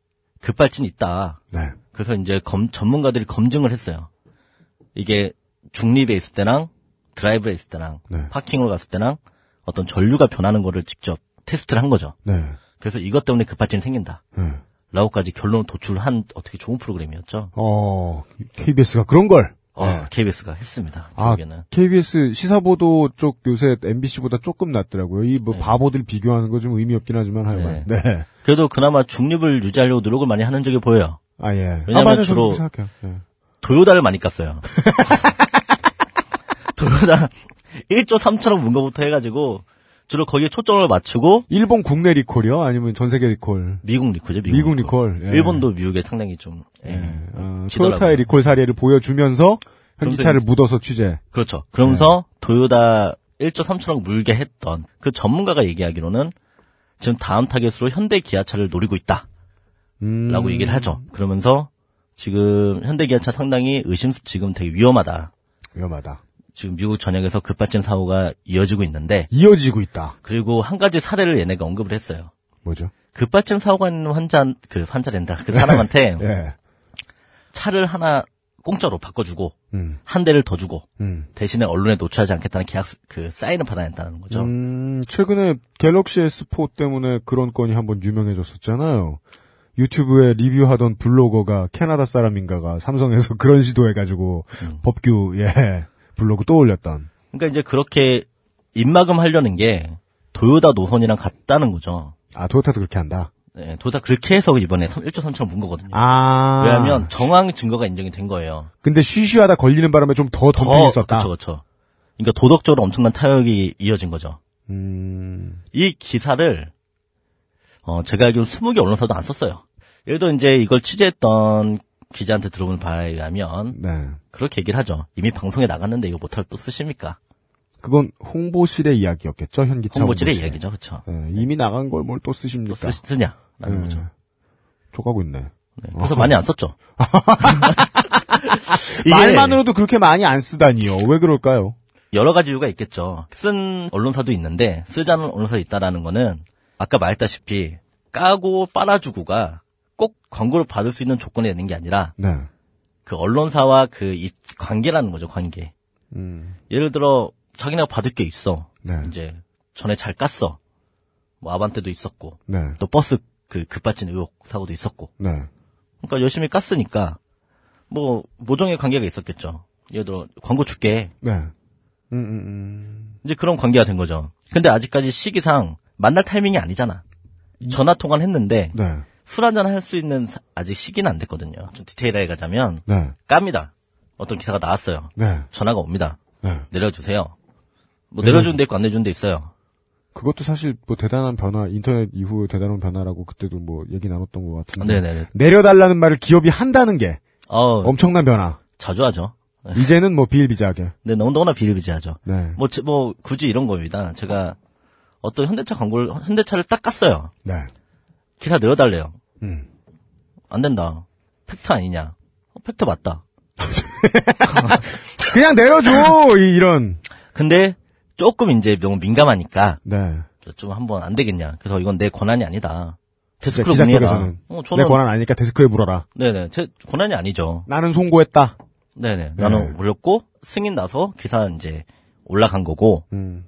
급발진 있다.
네.
그래서 이제 검- 전문가들이 검증을 했어요. 이게 중립에 있을 때랑 드라이브에 있을 때랑
네.
파킹으로 갔을 때랑 어떤 전류가 변하는 거를 직접 테스트를 한 거죠.
네.
그래서 이것 때문에 급발진이 생긴다.
네.
라고까지 결론을 도출한 어떻게 좋은 프로그램이었죠.
어, KBS가 그런 걸.
어,
네.
KBS가 했습니다.
아,
결국에는.
KBS 시사보도 쪽 요새 MBC보다 조금 낫더라고요. 이
네.
뭐 바보들 비교하는 거 좀 의미 없긴 하지만 하여간. 네.
그래도 그나마 중립을 유지하려고 노력을 많이 하는 적이 보여요.
아, 예. 아,
왜냐면
맞아요.
주로-
주로... 생각해요. 예.
도요다를 많이 깠어요. 도요다 1조 3천억 문거부터 해가지고 주로 거기에 초점을 맞추고
일본 국내 리콜이요? 아니면 전 세계 리콜?
미국 리콜이죠. 미국,
미국 리콜, 예.
일본도 미국에 상당히 좀 예.
어,
지더라고요.
토요타의 리콜 사례를 보여주면서 현기차를 묻어서 취재.
그렇죠. 그러면서
예.
도요다 1조 3천억 물게 했던 그 전문가가 얘기하기로는 지금 다음 타겟으로 현대 기아차를 노리고 있다.
음.
라고 얘기를 하죠. 그러면서 지금 현대 기아차 상당히 의심, 지금 되게 위험하다.
위험하다.
지금 미국 전역에서 급발진 사고가 이어지고 있는데
이어지고 있다.
그리고 한 가지 사례를 얘네가 언급을 했어요.
뭐죠?
급발진 사고가 있는 환자, 그 환자랜다. 그 사람한테
예.
차를 하나 공짜로 바꿔주고
음.
한 대를 더 주고
음.
대신에 언론에 노출하지 않겠다는 계약 그 사인을 받아냈다는 거죠.
음, 최근에 갤럭시 S4 때문에 그런 건이 한번 유명해졌었잖아요. 유튜브에 리뷰하던 블로거가 캐나다 사람인가가 삼성에서 그런 시도해가지고
음.
법규 예 블로그 또 올렸던.
그러니까 이제 그렇게 입막음 하려는 게 도요다 노선이랑 같다는 거죠.
아 토요타도 그렇게 한다.
네, 도요다 그렇게 해서 이번에 1조 3천을 문 거거든요.
아
예. 왜냐하면 정황 증거가 인정이 된 거예요.
근데 쉬쉬하다 걸리는 바람에 좀 더 덤핑이 있었다.
그렇죠, 그렇죠. 그러니까 도덕적으로 엄청난 타격이 이어진 거죠.
음,
이 기사를 어, 제가 알기로 20개 언론사도 안 썼어요. 예를 들어 이제 이걸 취재했던 기자한테 들어본 바에 의하면
네.
그렇게 얘기를 하죠. 이미 방송에 나갔는데 이거 못할 또 쓰십니까?
그건 홍보실의 이야기였겠죠, 현기차
홍보질의
홍보실의.
이야기죠, 그렇죠.
예, 이미 나간 걸 뭘 또
또
쓰십니까?
뭐 쓰, 쓰냐라는
예.
거죠.
족하고 있네.
네, 그래서 많이 안 썼죠. 이게
말만으로도 그렇게 많이 안 쓰다니요. 왜 그럴까요?
여러 가지 이유가 있겠죠. 쓴 언론사도 있는데 쓰지 않은 언론사도 있다라는 거는 아까 말했다시피 까고 빨아주고가 꼭 광고를 받을 수 있는 조건이 되는 게 아니라
네.
그 언론사와 그 이- 관계라는 거죠, 관계.
음,
예를 들어 자기네가 받을 게 있어.
네.
이제 전에 잘 깠어. 뭐 아반떼도 있었고
네.
또 버스 그 급발진 의혹 사고도 있었고.
네.
그러니까 열심히 깠으니까 뭐 모종의 관계가 있었겠죠. 예를 들어 광고 줄게.
네. 음, 음, 음.
이제 그런 관계가 된 거죠. 근데 아직까지 시기상 만날 타이밍이 아니잖아. 전화 통화는 했는데
네.
술 한잔 할 수 있는 사- 아직 시기는 안 됐거든요. 좀 디테일하게 가자면
네.
깝니다. 어떤 기사가 나왔어요.
네.
전화가 옵니다.
네.
내려주세요. 뭐 내려주는 데 있고 안 내주는 데 있어요.
그것도 사실 뭐 대단한 변화, 인터넷 이후 대단한 변화라고 그때도 뭐 얘기 나눴던 것 같은데.
네네네.
내려달라는 말을 기업이 한다는 게
어, 네.
엄청난 변화.
자주 하죠.
이제는 뭐 비일비재하게.
근데 너무너무나 비일비재하죠.
네.
뭐, 제- 뭐 굳이 이런 겁니다. 제가 어떤 현대차 광고를 현대차를 딱 깠어요.
네.
기사 내려달래요.
음.
안 된다. 팩트 아니냐? 어, 팩트 맞다.
그냥 내려줘! 이- 이런.
근데 조금 이제 너무 민감하니까
네.
좀 한번 안 되겠냐. 그래서 이건 내 권한이 아니다.
진짜 그러니까
데스크로
기자
문의해라.
쪽에서는.
어,
내
저는
권한 아니니까 데스크에 물어라.
네네 제 권한이 아니죠.
나는 송고했다.
네네 나는 올렸고 승인 나서 기사 이제 올라간 거고
음.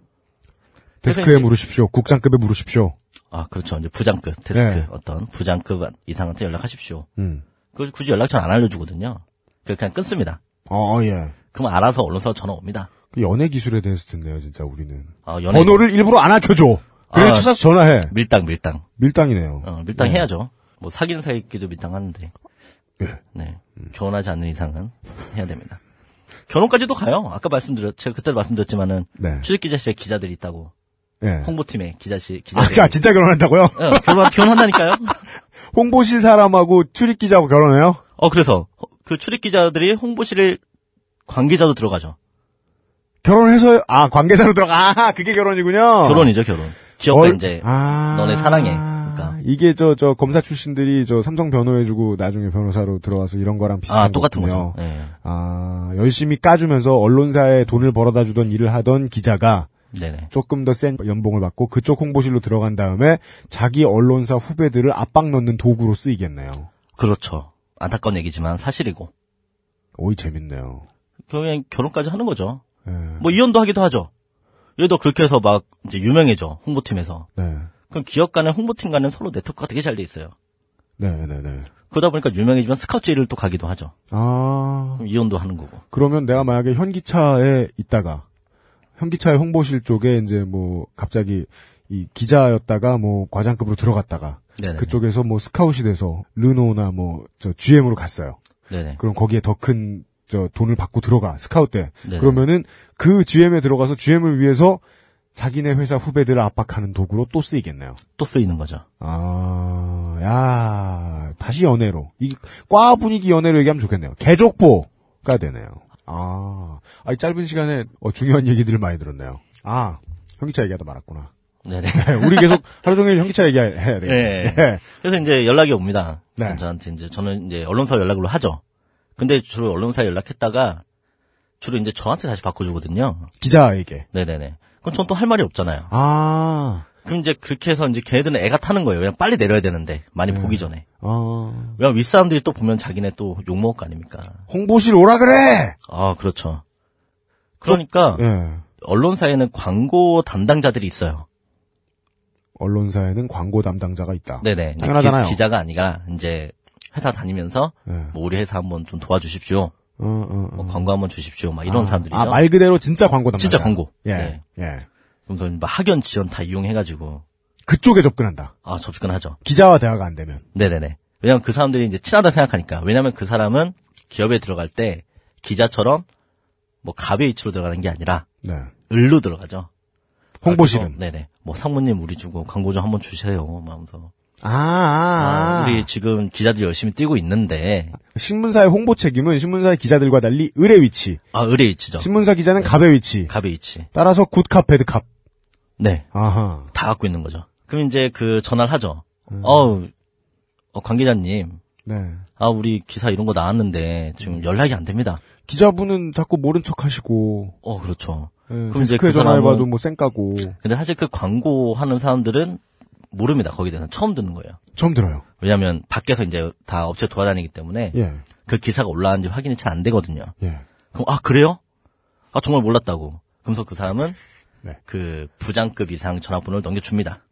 데스크에
이제-
물으십시오. 국장급에 물으십시오.
아 그렇죠 이제 부장급 데스크
네.
어떤 부장급 이상한테 연락하십시오.
음.
그 굳이 연락처 안 알려주거든요. 그래서 그냥 끊습니다.
어, 예.
그럼 알아서 언론사 전화 옵니다.
그 연애 기술에 대해서 듣네요, 진짜 우리는.
아, 연예-
번호를 일부러 안 아껴줘. 그래서
아.
찾아서 전화해.
밀당 밀당
밀당이네요.
어, 밀당 해야죠. 뭐 사귀는 사이끼도 밀당하는데.
예.
네. 결혼하지 않는 이상은 해야 됩니다. 결혼까지도 가요. 아까 말씀드렸, 제가 그때도 말씀드렸지만은,
네.
취직기자실에 기자들이 있다고,
예.
홍보팀에 기자실,
아,
기자들이.
아, 진짜 결혼한다고요?
어, 결혼, 결혼한다니까요?
홍보실 사람하고 출입기자하고 결혼해요?
어, 그래서, 허- 그 출입기자들이 홍보실에 관계자도 들어가죠.
결혼해서, 아, 관계자로 들어가. 아, 그게 결혼이군요?
결혼이죠, 결혼. 기업과
얼-
이제,
아.
너네 사랑해. 그러니까.
이게 저, 저, 검사 출신들이 저 삼성 변호해주고 나중에 변호사로 들어와서 이런 거랑 비슷한
아, 똑같은
거군요.
거죠. 네.
아, 열심히 까주면서 언론사에 돈을 벌어다 주던 일을 하던 기자가
네네.
조금 더 센 연봉을 받고 그쪽 홍보실로 들어간 다음에 자기 언론사 후배들을 압박 넣는 도구로 쓰이겠네요.
그렇죠. 안타까운 얘기지만 사실이고.
오이, 재밌네요.
결국엔 결혼까지 하는 거죠.
예.
뭐 이혼도 하기도 하죠. 예를 들어 그렇게 해서 막, 이제 유명해져. 홍보팀에서.
네.
그럼 기업 간에 홍보팀 간에 서로 네트워크가 되게 잘 돼 있어요.
네, 네, 네.
그러다 보니까 유명해지면 스카우트 일을 또 가기도 하죠.
아,
그럼 이혼도 하는 거고.
그러면 내가 만약에 현기차에 있다가 현기차의 홍보실 쪽에 이제 뭐 갑자기 이 기자였다가 뭐 과장급으로 들어갔다가
네네.
그쪽에서 뭐 스카웃이 돼서 르노나 뭐 저 GM으로 갔어요.
네네.
그럼 거기에 더 큰 저 돈을 받고 들어가 스카웃 때
네네.
그러면은 그 GM에 들어가서 GM을 위해서 자기네 회사 후배들을 압박하는 도구로 또 쓰이겠네요.
또 쓰이는 거죠.
아, 야, 다시 연애로. 이, 과 분위기 연애로 얘기하면 좋겠네요. 개족보가 되네요. 아, 아, 이 짧은 시간에 어, 중요한 얘기들을 많이 들었네요. 아, 현기차 얘기하다 말았구나.
네네.
네, 우리 계속 하루 종일 현기차 얘기해야 돼.
네.
네.
그래서 이제 연락이 옵니다.
네.
그래서 저한테 이제 저는 이제 언론사 연락으로 하죠. 근데 주로 언론사에 연락했다가 주로 이제 저한테 다시 바꿔주거든요.
기자에게.
네네네. 그럼 전 또 할 말이 없잖아요.
아,
그럼 이제 그렇게 해서 이제 걔네들은 애가 타는 거예요. 그냥 빨리 내려야 되는데. 많이 보기 전에.
어,
왜냐면 윗사람들이 또 보면 자기네 또 욕먹을 거 아닙니까.
홍보실 오라 그래!
아, 그렇죠. 그러니까
예.
언론사에는 광고 담당자들이 있어요.
언론사에는 광고 담당자가 있다.
네네.
당연하잖아요.
기, 자가 아니라 이제 회사 다니면서
예.
뭐 우리 회사 한번 좀 도와주십시오.
어, 어, 어.
뭐 광고 한번 주십시오. 막 이런 사람들이죠.
아, 말 그대로 진짜 광고 담당자.
진짜 광고.
예.
네.
예.
그래서 막 학연 지원 다 이용해가지고
그쪽에 접근한다.
아 접근을 하죠.
기자와 대화가 안 되면.
네네네. 왜냐면 그 사람들이 이제 친하다 생각하니까. 왜냐면 그 사람은 기업에 들어갈 때 기자처럼 뭐 갑의 위치로 들어가는 게 아니라
네.
을로 들어가죠.
홍보실은.
그래서 네네. 뭐 상무님 우리 주고 광고 좀 한번 주세요. 막 하면서
아, 아, 아.
우리 지금 기자들 열심히 뛰고 있는데
신문사의 홍보 책임은 신문사의 기자들과 달리 을의 위치.
아 의뢰 위치죠.
신문사 기자는 갑의 위치.
갑의 위치.
따라서 굿캅, 배드캅.
네.
아하.
다 갖고 있는 거죠. 그럼 이제 그 전화를 하죠.
음.
어우, 어, 관계자님,
네.
아 우리 기사 이런 거 나왔는데 지금 연락이 안 됩니다.
기자분은 자꾸 모른 척 하시고,
어 그렇죠.
예,
그럼 이제
데스크에
그
전화해봐도
사람은-
뭐 쌩까고.
근데 사실 그 광고하는 사람들은 모릅니다. 거기에 대해서 처음 듣는 거예요.
처음 들어요.
왜냐하면 밖에서 이제 다 업체 돌아다니기 때문에
예,
그 기사가 올라왔는지 확인이 잘 안 되거든요.
예.
그럼 아 그래요? 아 정말 몰랐다고. 그러면서 그 사람은
네.
그 부장급 이상 전화번호를 넘겨줍니다.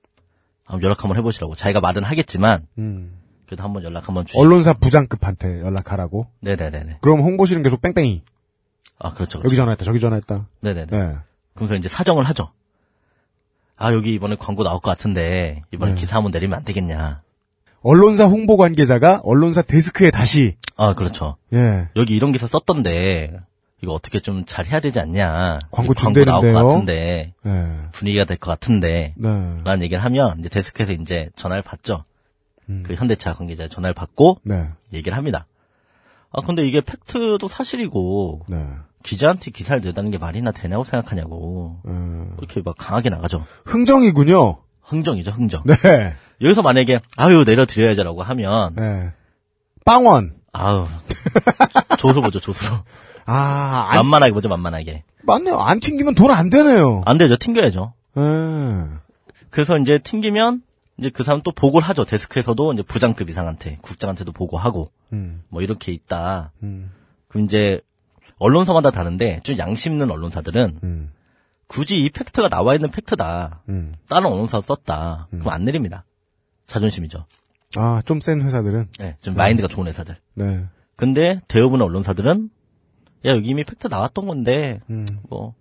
한번 연락 한번 해보시라고. 자기가 말은 하겠지만
음.
그래도 한번 연락 한번 주시.
언론사 부장급한테 연락하라고.
네네네네.
그럼 홍보실은 계속 뺑뺑이.
아 그렇죠. 그렇죠.
여기 전화했다, 저기 전화했다.
네네네.
예.
그러면서 이제 사정을 하죠. 아 여기 이번에 광고 나올 것 같은데 이번에
네.
기사 한번 내리면 안 되겠냐.
언론사 홍보 관계자가 언론사 데스크에 다시,
아 그렇죠.
예.
여기 이런 기사 썼던데 이거 어떻게 좀 잘 해야 되지 않냐.
광고
이제 광고 나올 것
준대는데요?
같은데
예.
분위기가 될 것 같은데
네.
라는 얘기를 하면 이제 데스크에서 이제 전화를 받죠.
음.
그 현대차 관계자 전화를 받고
네.
얘기를 합니다. 아 근데 이게 팩트도 사실이고
네.
기자한테 기사를 내다는 게 말이나 되냐고 생각하냐고
어.
이렇게 막 강하게 나가죠.
흥정이군요.
흥정이죠 흥정.
네.
여기서 만약에 아유 내려드려야죠라고 하면
네. 빵원.
아우 조수 보죠 조수로
아, 안,
만만하게 보죠 만만하게
맞네요. 안 튕기면 돈 안 되네요.
안 되죠 튕겨야죠.
예.
그래서 이제 튕기면 이제 그 사람 또 보고를 하죠 데스크에서도 이제 부장급 이상한테 국장한테도 보고하고
음.
뭐 이렇게 있다.
음.
그럼 이제 언론사마다 다른데 좀 양심 있는 언론사들은
음.
굳이 이 팩트가 나와 있는 팩트다.
음.
다른 언론사 썼다. 그럼 안 내립니다. 자존심이죠.
아, 좀 센 회사들은.
예, 좀 마인드가 좋은 회사들.
네.
근데 대부분의 언론사들은 야 여기 이미 팩트 나왔던 건데
음.
뭐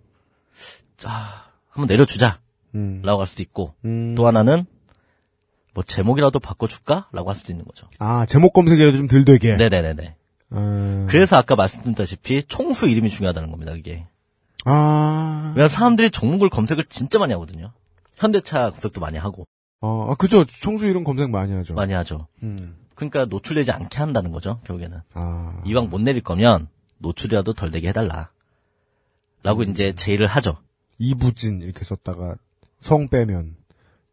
자, 한번 내려주자
음.
라고 할 수도 있고
음.
또 하나는 뭐 제목이라도 바꿔줄까? 라고 할 수도 있는 거죠.
아, 제목 검색이라도 좀 덜 되게.
네네네네.
예. 음.
그래서 아까 말씀드렸다시피 총수 이름이 중요하다는 겁니다. 그게.
아,
왜냐면 사람들이 종목을 검색을 진짜 많이 하거든요. 현대차 검색도 많이 하고
어, 아, 그죠. 총수 이름 검색 많이 하죠.
많이 하죠.
음.
그러니까 노출되지 않게 한다는 거죠. 결국에는
아,
이왕 못 내릴 거면 노출이라도 덜 되게 해달라. 라고
음.
이제 제의를 하죠.
이부진 이렇게 썼다가 성 빼면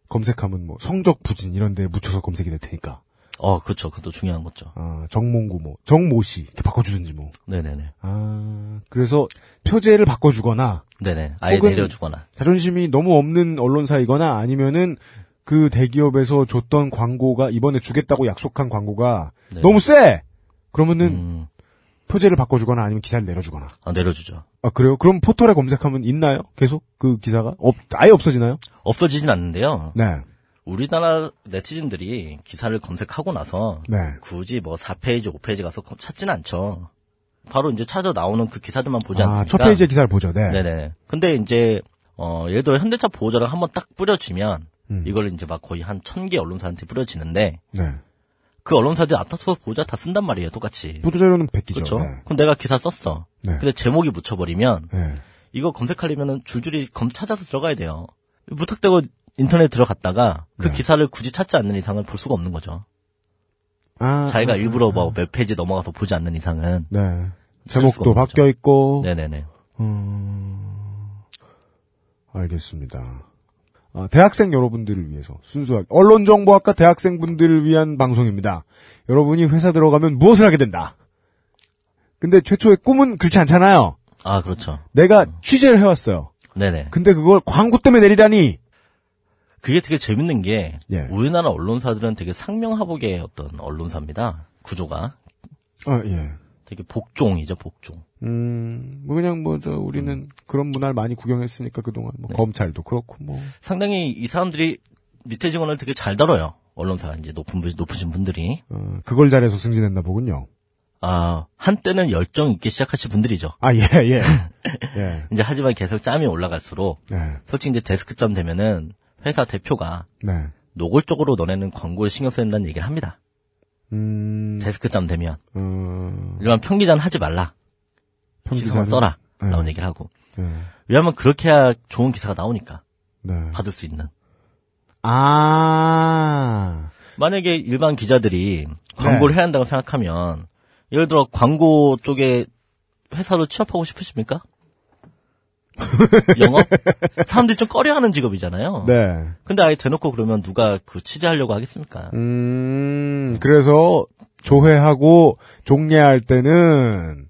검색하면 뭐 성적 부진 이런 데 묻혀서 검색이 될 테니까.
어, 그렇죠. 그것도 중요한 거죠.
아, 정몽구 뭐, 정모씨 이렇게 바꿔주든지 뭐.
네네네.
아, 그래서 표제를 바꿔주거나
네네. 아예
혹은-
내려주거나.
자존심이 너무 없는 언론사이거나 아니면은 그 대기업에서 줬던 광고가 이번에 주겠다고 약속한 광고가
네.
너무 세! 그러면은
음,
표제를 바꿔주거나 아니면 기사를 내려주거나.
아, 내려주죠.
아, 그래요? 그럼 포털에 검색하면 있나요? 계속 그 기사가? 없, 아예 없어지나요?
없어지진 않는데요.
네.
우리나라 네티즌들이 기사를 검색하고 나서
네.
굳이 뭐 4페이지, 5페이지 가서 검- 찾진 않죠. 바로 이제 찾아 나오는 그 기사들만 보지
아,
않습니까?
첫 페이지에 기사를 보죠. 네.
네네. 근데 이제 어 예를 들어 현대차 보호자를 한번 딱 뿌려치면
음.
이걸 이제 막 거의 한 천 개 언론사한테 뿌려치는데
네.
그 언론사들이 아타투어 보호자 다 쓴단 말이에요 똑같이.
보도자료는 100기죠.
그렇죠.
네.
그럼 내가 기사 썼어.
네.
근데 제목이 묻혀버리면
네.
이거 검색하려면은 줄줄이 검 찾아서 들어가야 돼요. 무턱대고 인터넷 들어갔다가 그
네.
기사를 굳이 찾지 않는 이상은 볼 수가 없는 거죠.
아,
자기가
아,
일부러 뭐 몇 페이지 넘어가서 보지 않는 이상은.
네.
수가
제목도
없는
바뀌어 있고.
네네네.
음, 알겠습니다. 아, 대학생 여러분들을 위해서 순수하게 언론정보학과 대학생분들을 위한 방송입니다. 여러분이 회사 들어가면 무엇을 하게 된다. 근데 최초의 꿈은 그렇지 않잖아요.
아 그렇죠.
내가 취재를 해왔어요.
네네.
근데 그걸 광고 때문에 내리다니.
그게 되게 재밌는 게
예.
우리나라 언론사들은 되게 상명하복의 어떤 언론사입니다. 구조가
아 예.
되게 복종이죠, 복종.
음, 뭐 그냥 뭐 저
음.
우리는 그런 문화를 많이 구경했으니까 그동안
네.
뭐 검찰도 그렇고 뭐.
상당히 이 사람들이 밑에 직원을 되게 잘 다뤄요. 언론사 이제 높은 분- 높으신 분들이
어, 그걸 잘해서 승진했나 보군요.
아 한때는 열정 있게 시작하신 분들이죠.
아 예 예. 예.
이제 하지만 계속 짬이 올라갈수록
네.
솔직히 이제 데스크 짬 되면은 회사 대표가
네.
노골적으로 너네는 광고에 신경 쓰인다는 얘기를 합니다.
음.
데스크 짬 되면
음,
일반 평기자는 하지 말라. 기사만
평기사는-
써라.
네.
라는 얘기를 하고.
예.
왜냐면 그렇게 해야 좋은 기사가 나오니까.
네.
받을 수 있는.
아.
만약에 일반 기자들이 광고를
네.
해야 한다고 생각하면 예를 들어 광고 쪽에 회사로 취업하고 싶으십니까? 영업? 사람들이 좀 꺼려하는 직업이잖아요.
네.
근데 아예 대놓고 그러면 누가 그 취재하려고 하겠습니까?
음, 그래서 조회하고 종례할 때는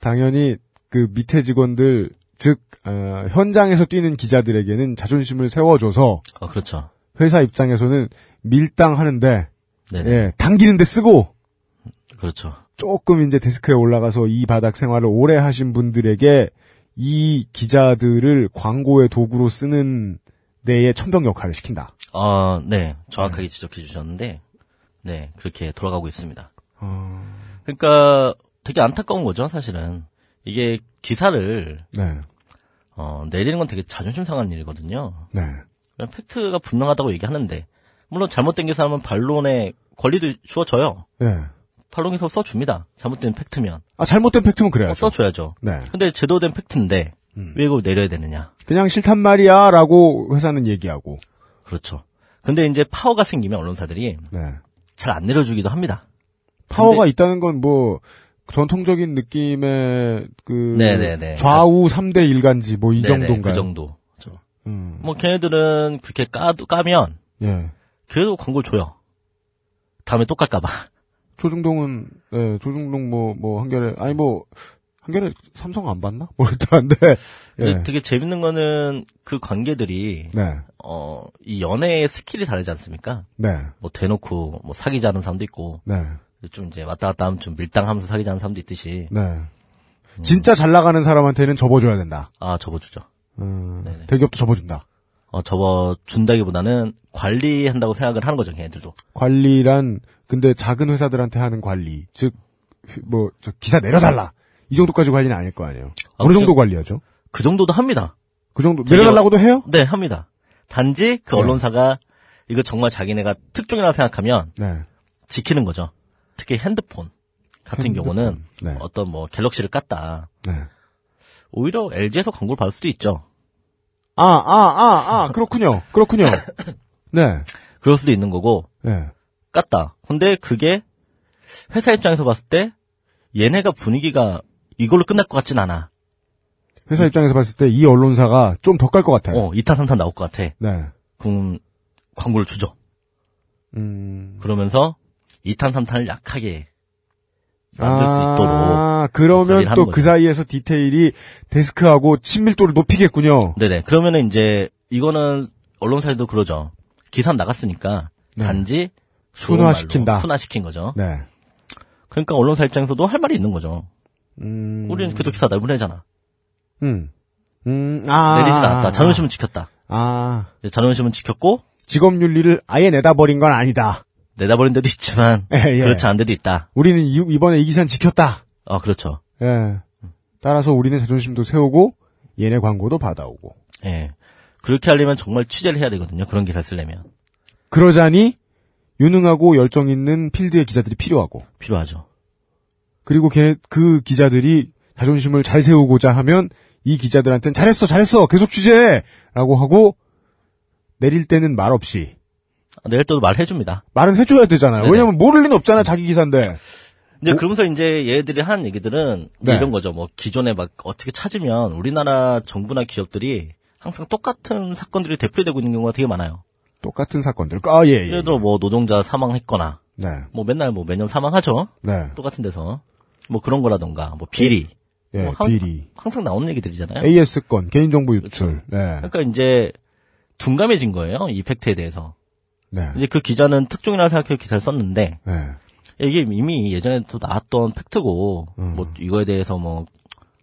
당연히 그 밑에 직원들 즉 어, 현장에서 뛰는 기자들에게는 자존심을 세워줘서
어, 그렇죠.
회사 입장에서는 밀당하는데
네네.
예, 당기는데 쓰고
그렇죠.
조금 이제 데스크에 올라가서 이 바닥 생활을 오래 하신 분들에게 이 기자들을 광고의 도구로 쓰는 데에 천병 역할을 시킨다.
아, 네. 정확하게 지적해 주셨는데, 네. 그렇게 돌아가고 있습니다. 그러니까 되게 안타까운 거죠, 사실은. 이게 기사를,
네,
어, 내리는 건 되게 자존심 상한 일이거든요.
네,
그냥 팩트가 분명하다고 얘기하는데, 물론 잘못된 기사하면 반론의 권리도 주어져요.
예.
반론에서 써줍니다. 잘못된 팩트면.
아 잘못된 팩트면
어,
그래야죠. 음.
써줘야죠.
네.
근데 제도된 팩트인데, 왜 이걸 내려야 되느냐.
그냥 싫단 말이야 라고 회사는 얘기하고
그렇죠. 근데 이제 파워가 생기면 언론사들이
네.
잘 안 내려주기도 합니다.
파워가 있다는 건 뭐 전통적인 느낌의 그
네네네.
좌우 3대 일간지 뭐 이
네네,
정도인가요?
그 정도. 그렇죠.
음,
뭐 걔네들은 그렇게 까도 까면
예.
그래도 광고를 줘요. 다음에 또 깔까봐.
조중동은 예, 조중동 뭐 뭐 한결에 아니 뭐 한결에 삼성 안 봤나? 뭐 이랬다는데 예.
근데 되게 재밌는 거는 그 관계들이
네.
어 이 연애의 스킬이 다르지 않습니까?
네.
뭐 대놓고 뭐 사귀자는 사람도 있고
네.
좀 이제 왔다 갔다 하면 좀 밀당하면서 사귀자는 사람도 있듯이
네. 진짜 잘 나가는 사람한테는 접어줘야 된다.
아 접어주죠.
음,
네네.
대기업도 접어준다.
어 접어준다기보다는 관리한다고 생각을 하는 거죠 걔네들도.
관리란 근데 작은 회사들한테 하는 관리 즉 뭐 기사 내려달라 이 정도까지 관리는 아닐 거 아니에요.
아,
어느
그죠.
정도 관리하죠?
그 정도도 합니다.
그 정도
되게
내려달라고도 해요?
네 합니다. 단지 그
네.
언론사가 이거 정말 자기네가 특종이라고 생각하면
네.
지키는 거죠. 특히 핸드폰 같은 경우는
네.
어떤 뭐 갤럭시를 깠다.
네.
오히려 LG에서 광고를 받을 수도 있죠.
아, 아, 아, 아, 그렇군요. 그렇군요. 네.
그럴 수도 있는 거고
네.
깠다. 근데 그게 회사 입장에서 봤을 때 얘네가 분위기가 이걸로 끝날 것 같진 않아.
회사 입장에서 봤을 때 이 언론사가 좀 더 깔 것 같아요.
어, 2탄 3탄 나올 것 같아.
네.
그럼 광고를 주죠.
음.
그러면서 2탄 3탄을 약하게 만들 수 있도록.
아, 그러면
관리를
또
하는
그
거죠.
사이에서 디테일이 데스크하고 친밀도를 높이겠군요.
네네. 그러면은 이제 이거는 언론사에도 그러죠. 기사 나갔으니까
네.
단지 좋은
순화시킨다.
말로 순화시킨 거죠.
네.
그러니까 언론사 입장에서도 할 말이 있는 거죠.
음.
우리는 그래도 기사 내보내잖아.
음. 음, 아.
내리진
아,
않았다.
아,
자존심은 지켰다.
아.
이제 자존심은 지켰고
직업 윤리를 아예 내다버린 건 아니다.
내다버린 데도 있지만
예, 예.
그렇지 않은 데도 있다.
우리는 이, 이번에 이 기사는 지켰다.
아 그렇죠.
예. 따라서 우리는 자존심도 세우고 얘네 광고도 받아오고.
예. 그렇게 하려면 정말 취재를 해야 되거든요. 그런 기사 를 쓰려면
그러자니 유능하고 열정 있는 필드의 기자들이 필요하고
필요하죠.
그리고 걔, 그 기자들이 자존심을 잘 세우고자 하면 이 기자들한테는 잘했어 잘했어 계속 취재라고 하고 내릴 때는 말 없이
아, 내일 또 말해줍니다.
말은 해줘야 되잖아요.
네네.
왜냐하면 모를 리는 없잖아 자기 기사인데.
이제 그러면서 이제 얘들이 한 얘기들은
뭐-
이제
네.
이런 거죠. 뭐 기존에 막 어떻게 찾으면 우리나라 정부나 기업들이 항상 똑같은 사건들이 되풀이되고 있는 경우가 되게 많아요.
똑같은 사건들. 아 예. 예.
예를 들어 뭐 노동자 사망했거나
네.
뭐 맨날 뭐 매년 사망하죠.
네.
똑같은 데서 뭐 그런 거라던가 뭐 비리
예.
뭐 항-
비리. 예.
항상 나오는 얘기들이잖아요.
AS 건 개인정보 유출. 네.
그러니까 이제 둔감해진 거예요. 이 팩트에 대해서.
네.
이제 그 기자는 특종이라고 생각해서 기사를 썼는데
네.
이게 이미 예전에 또 나왔던 팩트고
음.
뭐 이거에 대해서 뭐,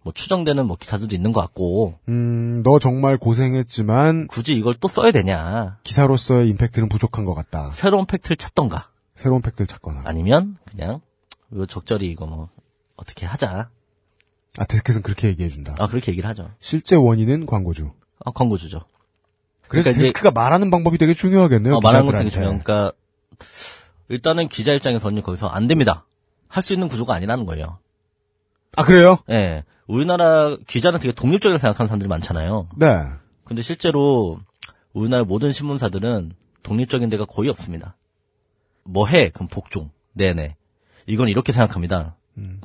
뭐 추정되는 뭐 기사들도 있는 것 같고
음, 너 정말 고생했지만
굳이 이걸 또 써야 되냐.
기사로서의 임팩트는 부족한 것 같다.
새로운 팩트를 찾던가
새로운 팩트를 찾거나.
아니면 그냥 이거 적절히 이거 뭐 어떻게 하자.
아, 데스크에서는 그렇게 얘기해준다.
아 그렇게 얘기를 하죠.
실제 원인은 광고주.
아, 광고주죠.
그래서
그러니까 이제-
데스크가 말하는 방법이 되게 중요하겠네요.
어, 말하는 건
기자들한테.
되게 중요하니까 그러니까 일단은 기자 입장에서는 거기서 안 됩니다. 할 수 있는 구조가 아니라는 거예요.
아, 그래요?
예. 우리나라 기자는 되게 독립적이라고 생각하는 사람들이 많잖아요.
네.
근데 실제로 우리나라 모든 신문사들은 독립적인 데가 거의 없습니다. 뭐 해? 그럼 복종. 네네. 이건 이렇게 생각합니다.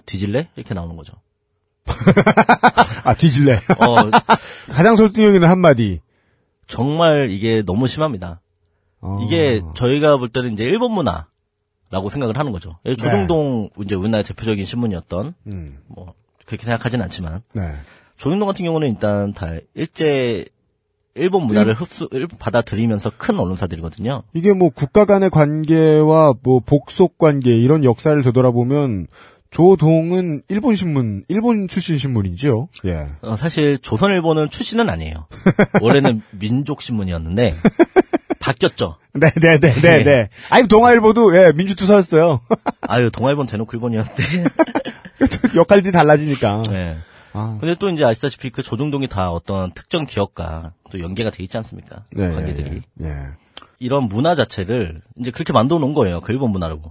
뒤질래? 이렇게 나오는 거죠.
아, 뒤질래.
어,
가장 설득력 있는 한마디.
정말 이게 너무 심합니다.
어.
이게 저희가 볼 때는 이제 일본 문화라고 생각을 하는 거죠. 예, 조중동 이제 우리나라 대표적인 신문이었던
음,
뭐 그렇게 생각하진 않지만
네.
조중동 같은 경우는 일단 다 일제 일본 문화를 흡수 일- 받아들이면서 큰 언론사들이거든요.
이게 뭐 국가 간의 관계와 뭐 복속 관계 이런 역사를 되돌아보면 조동은 일본 신문, 일본 출신 신문이죠. 예.
어, 사실 조선일보는 출신은 아니에요. 원래는 민족 신문이었는데 바뀌었죠.
네네네네. 네. 아니 동아일보도 예 민주투사였어요.
아유 동아일본 대놓고 일본이었는데.
역할들이 달라지니까.
네.
아.
근데 또 이제 아시다시피 그 조중동이 다 어떤 특정 기업과 또 연계가 돼 있지 않습니까?
네,
관계들이.
예, 예.
이런 문화 자체를 이제 그렇게 만들어 놓은 거예요. 그 일본 문화로.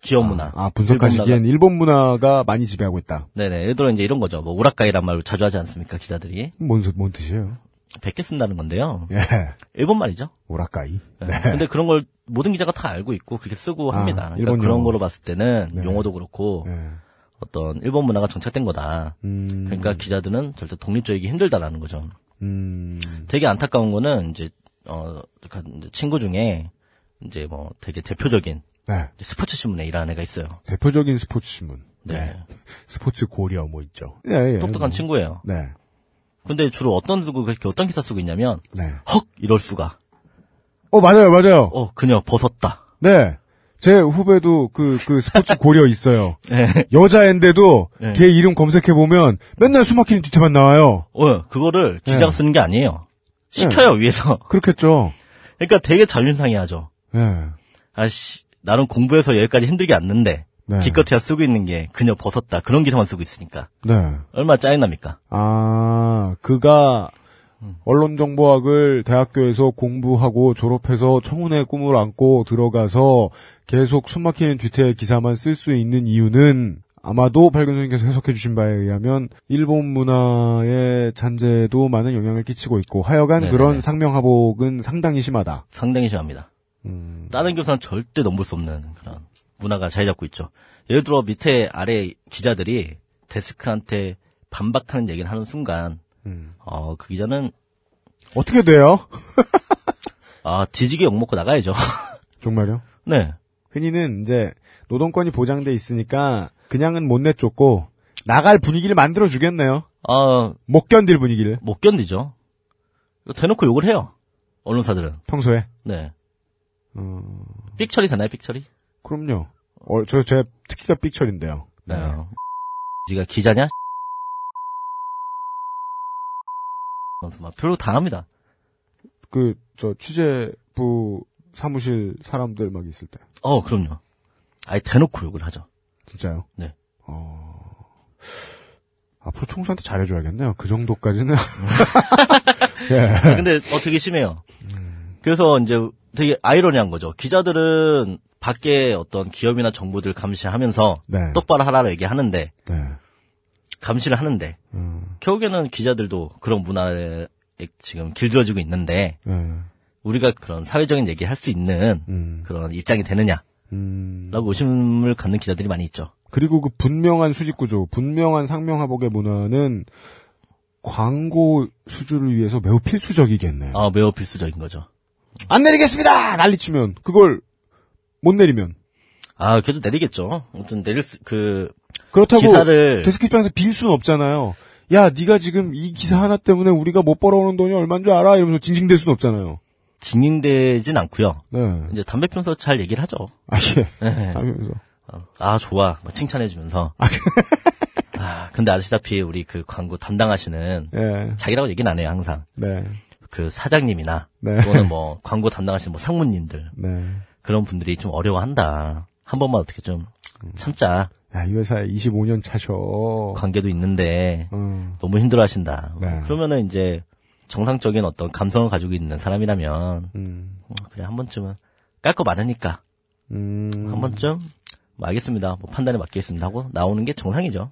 기업 문화.
아
일본 문화가-
분석하시기엔 일본 문화가 많이 지배하고 있다.
네네. 예를 들어 이제 이런 거죠. 뭐 우라카이란 말을 자주 하지 않습니까? 기자들이.
뭔, 소- 뭔 뜻이에요?
100개 쓴다는 건데요.
예.
일본 말이죠.
오라카이.
네. 근데 그런 걸 모든 기자가 다 알고 있고 그렇게 쓰고
아,
합니다. 그러니까
일본
그런
용어.
거로 봤을 때는
네.
용어도 그렇고
예.
어떤 일본 문화가 정착된 거다.
음,
그러니까 기자들은 절대 독립적이기 힘들다라는 거죠.
음,
되게 안타까운 거는 이제 어 그러니까 이제 친구 중에 이제 뭐 되게 대표적인
네.
이제 스포츠 신문에 일하는 애가 있어요.
대표적인 스포츠 신문.
네.
스포츠 고리어 뭐 있죠. 예, 예.
똑똑한 친구예요.
네.
근데 주로 어떤 쓰고 그렇게 어떤 기사 쓰고 있냐면
네.
헉 이럴 수가.
어, 맞아요, 맞아요.
어 그녀 벗었다.
네. 제 후배도 그, 그 스포츠 고려 있어요.
네.
여자인데도
네.
걔 이름 검색해보면 맨날 숨막히는 뒤태만 나와요.
어 그거를 기자가
네.
쓰는 게 아니에요. 시켜요 위에서.
그렇겠죠.
그러니까 되게 자존상해하죠.
예.
아씨 나는 공부해서 여기까지 힘들게 왔는데
네.
기껏해야 쓰고 있는 게 그녀 벗었다 그런 기사만 쓰고 있으니까
네.
얼마나 짜증납니까?
아, 그가 언론정보학을 대학교에서 공부하고 졸업해서 청운의 꿈을 안고 들어가서 계속 숨막히는 뒤태 기사만 쓸 수 있는 이유는 아마도 밝은 선생님께서 해석해 주신 바에 의하면 일본 문화의 잔재도 많은 영향을 끼치고 있고 하여간
네네네.
그런 상명하복은 상당히 심하다.
상당히 심합니다. 다른 교사는 절대 넘볼 수 없는 그런 문화가 자리 잡고 있죠. 예를 들어 밑에 아래 기자들이 데스크한테 반박하는 얘기를 하는 순간 어, 그 기자는
어떻게 돼요?
아 뒤지게 욕먹고 나가야죠.
정말요?
네.
흔히는 이제 노동권이 보장돼 있으니까 그냥은 못 내쫓고 나갈 분위기를 만들어 주겠네요.
아,
못 견딜 분위기를
못 견디죠. 대놓고 욕을 해요. 언론사들은.
평소에.
네. 삑처리 되나요, 삑처리?
그럼요. 어, 저, 제 특기가 삑철인데요.
네. 지가 기자냐? 그래서 막 별로 다 합니다.
그, 저, 취재부 사무실 사람들 막 있을 때.
어, 그럼요. 아예 대놓고 욕을 하죠.
진짜요?
네.
어, 앞으로 총수한테 잘해줘야겠네요. 그 정도까지는.
아, 근데 어 되게 심해요.
음.
그래서 이제 되게 아이러니한 거죠. 기자들은 밖에 어떤 기업이나 정보들 감시하면서
네.
똑바로 하라고 얘기하는데
네.
감시를 하는데
음,
결국에는 기자들도 그런 문화에 지금 길들여지고 있는데
네.
우리가 그런 사회적인 얘기 할 수 있는
음,
그런 입장이 되느냐라고
음.
의심을 갖는 기자들이 많이 있죠.
그리고 그 분명한 수직 구조, 분명한 상명하복의 문화는 광고 수주를 위해서 매우 필수적이겠네요.
아 매우 필수적인 거죠.
안 내리겠습니다! 난리치면 그걸 못 내리면
아 그래도 내리겠죠. 아무튼 내릴 수, 그
그렇다고
기사를
데스크 입장에서 빌 수는 없잖아요. 야, 네가 지금 이 기사 하나 때문에 우리가 못 벌어오는 돈이 얼마인 줄 알아? 이러면서 징징댈 수는 없잖아요.
징징대진 않고요.
네.
이제 담배 피면서 잘 얘기를 하죠.
아, 예.
네.
하면서.
어, 아 좋아 막 칭찬해주면서 아 근데 아시다시피 우리 그 광고 담당하시는
예.
자기라고 얘기는 안 해요 항상
네.
그 사장님이나
네.
또는 뭐 광고 담당하시는 뭐 상무님들
네.
그런 분들이 좀 어려워한다 한 번만 어떻게 좀 참자
야, 이 회사에 25년 차셔. 어.
관계도 있는데
음.
너무 힘들어하신다
네.
그러면은 이제 정상적인 어떤 감성을 가지고 있는 사람이라면
음.
어, 그냥 한 번쯤은 깔 거 많으니까
음.
한 번쯤 뭐 알겠습니다 뭐 판단에 맡기겠습니다 하고 나오는 게 정상이죠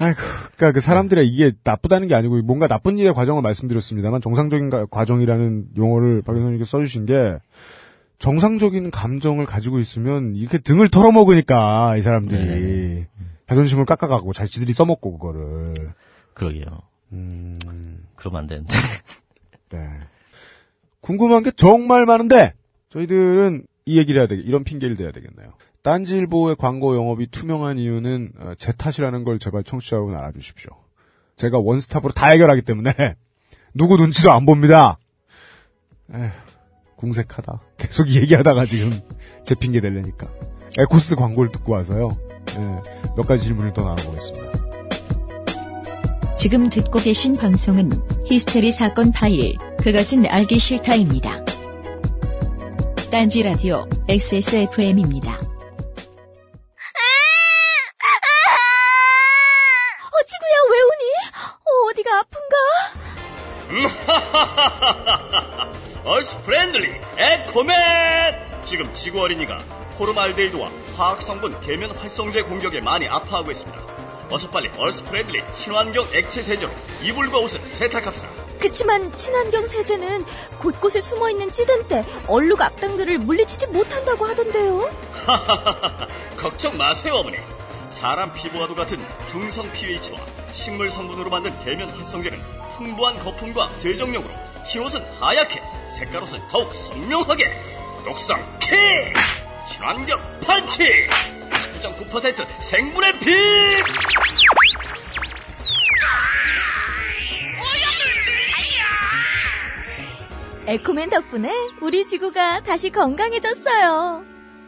아이고, 그니까 그 사람들의 이게 나쁘다는 게 아니고 뭔가 나쁜 일의 과정을 말씀드렸습니다만 정상적인 가- 과정이라는 용어를 박 교수님께서 써주신 게 정상적인 감정을 가지고 있으면 이렇게 등을 털어먹으니까 이 사람들이 자존심을 깎아가고 잘 지들이 써먹고 그거를.
그러게요.
음.
그러면 안 되는데.
네. 궁금한 게 정말 많은데 저희들은 이 얘기를 해야 되겠, 이런 핑계를 대야 되겠네요. 딴지일보의 광고 영업이 투명한 이유는 어, 제 탓이라는 걸 제발 청취자 여러분 알아주십시오. 제가 원스톱으로 다 해결하기 때문에 누구 눈치도 안 봅니다. 에휴, 궁색하다. 계속 이 얘기하다가 지금 제 핑계 대려니까. 에코스 광고를 듣고 와서요. 예, 몇 가지 질문을 더 나눠보겠습니다.
지금 듣고 계신 방송은 히스테리 사건 파일, 그것은 알기 싫다입니다. 딴지 라디오 XSFM입니다.
아! 어, 지구야, 왜 우니? 어, 어디가 아픈가?
어스 프렌들리 에코맨 지금 지구 어린이가 포르말데이드와 화학 성분 계면 활성제 공격에 많이 아파하고 있습니다. 어서 빨리 얼스 프렌들리 친환경 액체 세제로 이불과 옷을 세탁합시다.
그치만 친환경 세제는 곳곳에 숨어있는 찌든때, 얼룩 악당들을 물리치지 못한다고 하던데요.
걱정 마세요 어머니. 사람 피부와도 같은 중성 pH와 식물 성분으로 만든 계면 활성제는 풍부한 거품과 세정력으로 흰옷은 하얗게 색깔옷은 더욱 선명하게 독성 킥 친환경 펀치 19.9% 생물의 빛
에코맨 덕분에 우리 지구가 다시 건강해졌어요.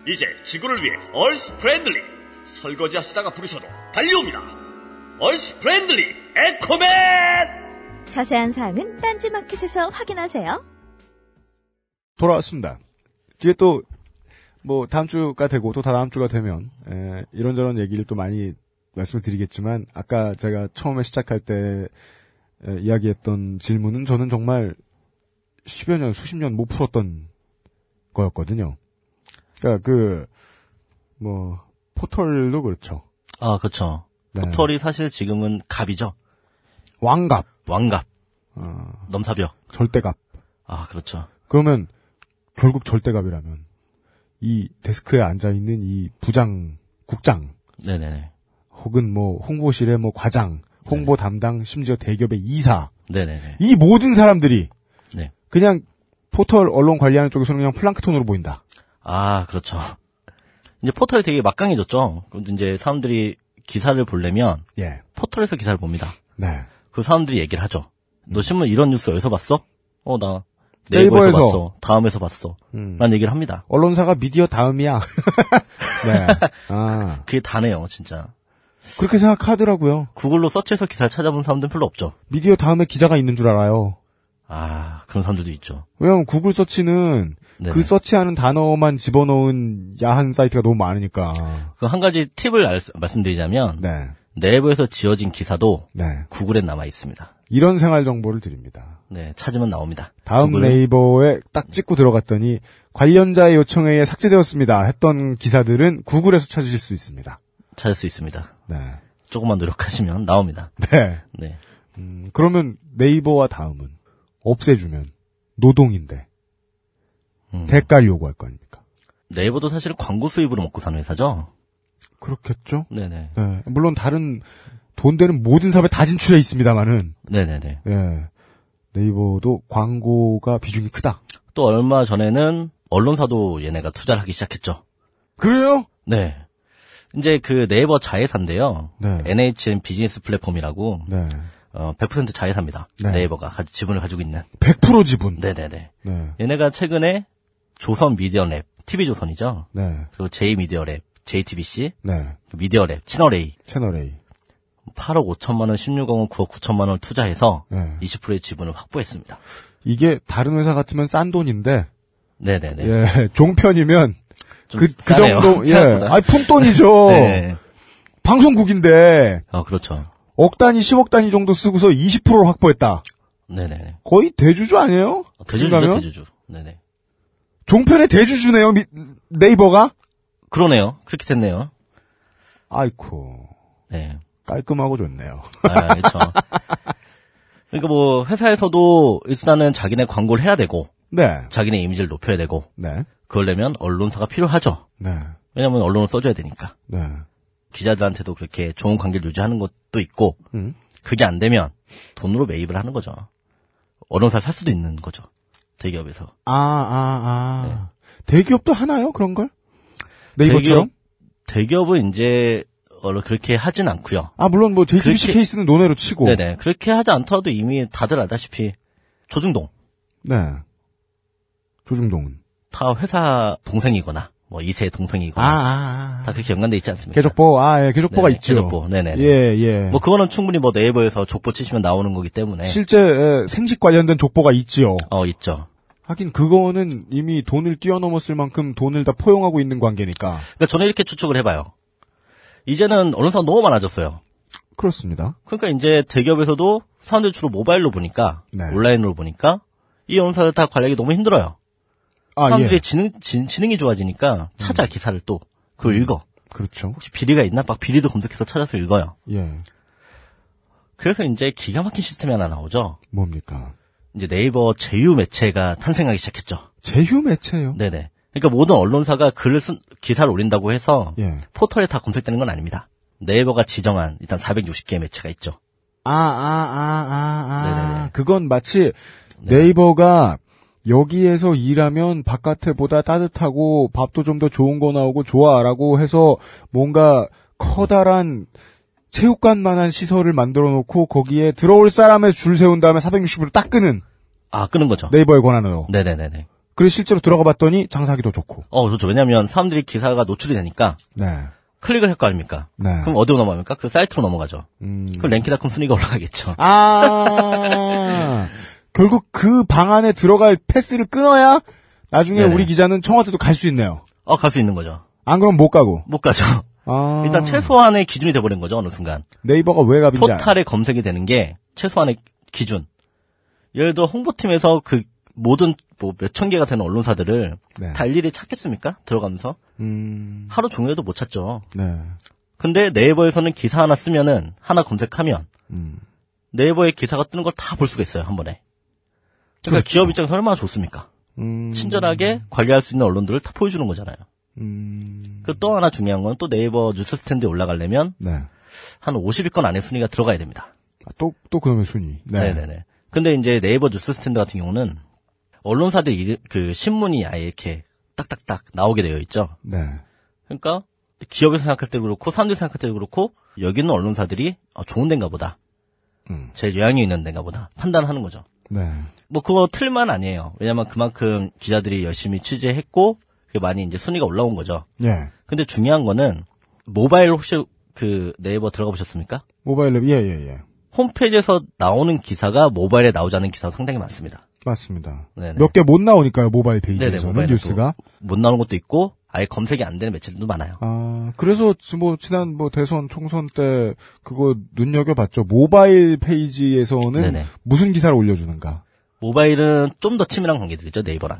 이제 지구를 위해 얼스 프렌들리 설거지 하시다가 부르셔도 달려옵니다 얼스 프렌들리 에코맨
자세한 사항은 딴지 마켓에서 확인하세요.
돌아왔습니다. 뒤에 또, 뭐, 다음 주가 되고, 또 다다음 주가 되면, 에, 이런저런 얘기를 또 많이 말씀을 드리겠지만, 아까 제가 처음에 시작할 때, 에, 이야기했던 질문은 저는 정말 10여 년, 수십 년 못 풀었던 거였거든요. 그니까 그, 뭐, 포털도 그렇죠.
아, 그쵸.
네.
포털이 사실 지금은 갑이죠.
왕갑,
왕갑.
어.
넘사벽.
절대갑.
아, 그렇죠.
그러면, 결국 절대갑이라면, 이 데스크에 앉아있는 이 부장, 국장,
네네네.
혹은 뭐 홍보실의 뭐 과장,
네.
홍보 담당, 심지어 대기업의 이사
네네네.
이 모든 사람들이
네.
그냥 포털 언론 관리하는 쪽에서는 그냥 플랑크톤으로 보인다.
아, 그렇죠. 이제 포털이 되게 막강해졌죠. 그럼 이제 사람들이 기사를 보려면
예,
포털에서 기사를 봅니다.
네,
그 사람들이 얘기를 하죠. 너 신문 이런 뉴스 어디서 봤어? 어, 나 네이버에서,
네이버에서.
봤어. 다음에서 봤어.
음.
라는 얘기를 합니다.
언론사가 미디어 다음이야. 네, 아
그게 다네요, 진짜.
그렇게 생각하더라고요.
구글로 서치해서 기사를 찾아본 사람들은 별로 없죠.
미디어 다음에 기자가 있는 줄 알아요.
아, 그런 사람들도 있죠.
왜냐면 구글 서치는
네네.
그 서치하는 단어만 집어넣은 야한 사이트가 너무 많으니까.
그 한 가지 팁을 알- 말씀드리자면
네,
네이버에서 지어진 기사도
네,
구글에 남아 있습니다.
이런 생활 정보를 드립니다.
네, 찾으면 나옵니다.
다음
구글,
네이버에 딱 찍고 들어갔더니 관련자의 요청에 의해 삭제되었습니다 했던 기사들은 구글에서 찾으실 수 있습니다.
찾을 수 있습니다.
네.
조금만 노력하시면 나옵니다.
네.
네.
음, 그러면 네이버와 다음은 없애주면 노동인데
음.
대가를 요구할 거 아닙니까?
네이버도 사실 광고 수입으로 먹고 사는 회사죠.
그렇겠죠?
네네.
네. 물론 다른 돈 되는 모든 사업에 다 진출해 있습니다만은
네네네.
예. 네이버도 광고가 비중이 크다.
또 얼마 전에는 언론사도 얘네가 투자를 하기 시작했죠.
그래요?
네. 이제 그 네이버 자회사인데요.
네.
NHN 비즈니스 플랫폼이라고
네.
어, 100% 자회사입니다.
네.
네이버가 가- 지분을 가지고 있는.
100% 지분.
네네네.
네.
얘네가 최근에 조선 미디어랩, TV조선이죠.
네.
그리고 J미디어랩, JTBC,
네.
미디어랩, 채널A
채널 A.
8억 5천만 원, 16억원, 9억 9천만 원을 투자해서
네.
20%의 지분을 확보했습니다.
이게 다른 회사 같으면 싼 돈인데
네네네.
예 종편이면
좀
그, 그
싸네요.
정도 예 어.
생각보다.
아니 품돈이죠
네.
방송국인데
아 그렇죠.
억 단위 10억 단위 정도 쓰고서 20%를 확보했다
네네네. 어,
거의 대주주 아니에요
대주주죠,
그러면?
대주주. 네네.
종편의 대주주네요 미- 네이버가
그러네요. 그렇게 됐네요.
아이쿠
네.
깔끔하고 좋네요
아, 그렇죠. 그러니까 뭐 회사에서도 일단은 자기네 광고를 해야 되고
네.
자기네 이미지를 높여야 되고
네.
그러려면 언론사가 필요하죠.
네.
왜냐하면 언론을 써줘야 되니까
네.
기자들한테도 그렇게 좋은 관계를 유지하는 것도 있고 그게 안 되면 돈으로 매입을 하는 거죠. 언론사를 살 수도 있는 거죠. 대기업에서.
아, 아, 아.
네.
대기업도 하나요? 그런 걸? 네이버처럼?
대기업은 이제 어, 그렇게 하진 않고요.
아, 물론 뭐 JTBC
그렇게-
케이스는 논외로 치고.
네네 그렇게 하지 않더라도 이미 다들 알다시피 조중동
네. 조중동은.
다 회사 동생이거나 뭐 이세
아,
동생이거나
아, 아.
다 그렇게 연관돼 있지 않습니까?
개족보, 아, 예, 개족보가
네네,
있죠.
개족보, 네네.
예, 예.
뭐 네. 그거는 충분히 뭐 네이버에서 족보 치시면 나오는 거기 때문에
실제 예, 생식 관련된 족보가 있지요.
어 있죠.
하긴 그거는 이미 돈을 뛰어넘었을 만큼 돈을 다 포용하고 있는 관계니까.
그러니까 저는 이렇게 추측을 해봐요. 이제는 언론사가 너무 많아졌어요.
그렇습니다.
그러니까 이제 대기업에서도 사람들이 주로 모바일로 보니까
네.
온라인으로 보니까 이 언론사들 다 관리하기 너무 힘들어요.
아,
사람들의
예. 음.
지능, 지, 지능이 좋아지니까 찾아 기사를 또 그걸 읽어.
그렇죠.
혹시 비리가 있나? 막 비리도 검색해서 찾아서 읽어요.
예.
그래서 이제 기가 막힌 시스템이 하나 나오죠.
뭡니까?
이제 네이버 제휴 매체가 탄생하기 시작했죠.
제휴 매체요?
네네. 그러니까 모든 언론사가 글을 쓴 기사를 올린다고 해서
예.
포털에 다 검색되는 건 아닙니다. 네이버가 지정한 일단 460개의 매체가 있죠.
아, 아, 아, 아, 아.
네네네.
그건 마치 네이버가 여기에서 일하면 바깥에보다 따뜻하고 밥도 좀 더 좋은 거 나오고 좋아라고 해서 뭔가 커다란 체육관만한 시설을 만들어 놓고 거기에 들어올 사람의 줄 세운 다음에 460으로 딱 끄는
아 끄는 거죠.
네이버의 권한으로.
네네네네.
그래서 실제로 들어가 봤더니 장사하기도 좋고.
어 그렇죠. 왜냐하면 사람들이 기사가 노출이 되니까
네.
클릭을 할 거 아닙니까?
네.
그럼 어디로 넘어갑니까? 그 사이트로 넘어가죠.
음.
그럼 랭키닷컴 순위가 올라가겠죠.
아. 결국 그 방 안에 들어갈 패스를 끊어야 나중에
네네.
우리 기자는 청와대도 갈 수 있네요.
어 갈 수 있는 거죠.
안 그럼 못 가고.
못 가죠.
아.
일단 최소한의 기준이 돼버린 거죠 어느 순간.
네이버가 왜 갑인지. 알아요.
포탈에 검색이 되는 게 최소한의 기준. 예를 들어 홍보팀에서 그 모든 뭐 몇천 개가 되는 언론사들을
네.
다 일일이 찾겠습니까? 들어가면서
음.
하루 종일도 못 찾죠.
네.
근데 네이버에서는 기사 하나 쓰면은 하나 검색하면
음.
네이버에 기사가 뜨는 걸 다 볼 수가 있어요 한 번에. 그러니까
그렇죠.
기업 입장에서 얼마나 좋습니까?
음.
친절하게 관리할 수 있는 언론들을 다 보여주는 거잖아요.
음.
그 또 하나 중요한 건 또 네이버 뉴스 스탠드에 올라가려면
네.
한 50위권 안에 순위가 들어가야 됩니다.
아, 또, 또 그놈의 순위. 네.
네네네. 근데 이제 네이버 뉴스 스탠드 같은 경우는 언론사들 일, 그 신문이 아예 이렇게 딱딱딱 나오게 되어 있죠.
네.
그러니까 기업에서 생각할 때도 그렇고 사람들이 생각할 때도 그렇고 여기 있는 언론사들이 아, 좋은 데인가 보다.
음.
제일 요양이 있는 데인가 보다. 판단하는 거죠.
네.
뭐 그거 틀만 아니에요. 왜냐면 그만큼 기자들이 열심히 취재했고 그게 많이 이제 순위가 올라온 거죠.
예.
근데 중요한 거는 모바일 혹시 그 네이버 들어가 보셨습니까?
모바일 앱, 예, 예, 예.
홈페이지에서 나오는 기사가 모바일에 나오지 않은 기사가 상당히 많습니다.
맞습니다.
네네.
몇 개 못 나오니까요, 모바일
네네,
페이지에서는
모바일에도
뉴스가.
못 나오는 것도 있고 아예 검색이 안 되는 매체들도 많아요.
아, 그래서 지- 뭐 지난 뭐 대선 총선 때 그거 눈여겨 봤죠. 모바일 페이지에서는
네네.
무슨 기사를 올려 주는가.
모바일은 좀 더 치밀한 관계들이죠 네이버랑.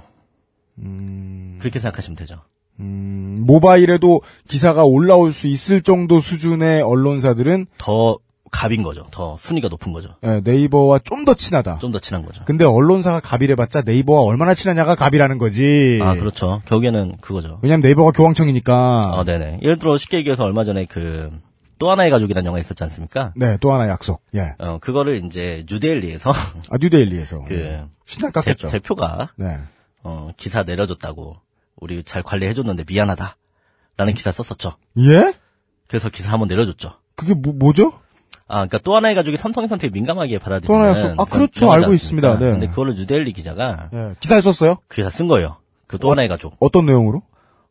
그렇게 생각하시면 되죠.
음, 모바일에도 기사가 올라올 수 있을 정도 수준의 언론사들은
더 갑인 거죠. 더 순위가 높은 거죠.
예, 네이버와 좀 더 친하다.
좀 더 친한 거죠.
근데 언론사가 갑이래봤자 네이버와 얼마나 친하냐가 갑이라는 거지.
아 그렇죠. 결국에는 그거죠.
왜냐면 네이버가 교황청이니까.
아 네네. 예를 들어 쉽게 얘기해서 얼마 전에 그 또 하나의 가족이라는 영화 있었지 않습니까?
네, 또 하나 약속. 예.
어 그거를 이제 뉴데일리에서
아, 뉴데일리에서. 예.
그
신나
대,
깎였죠.
대표가
네.
어, 기사 내려줬다고 우리 잘 관리해줬는데 미안하다 라는 기사 썼었죠.
예?
그래서 기사 한번 내려줬죠.
그게 뭐, 뭐죠?
아, 그러니까 또 하나의 가족이 삼성의 선택 민감하게 받아들이는
또 하나의 약속. 아,
그런
그렇죠.
영화지
알고
않습니까?
있습니다. 네.
근데 그거를 뉴델리 기자가
예. 기사에 썼어요?
그 기사 쓴 거예요. 그 또 하나의 가족.
어떤 내용으로?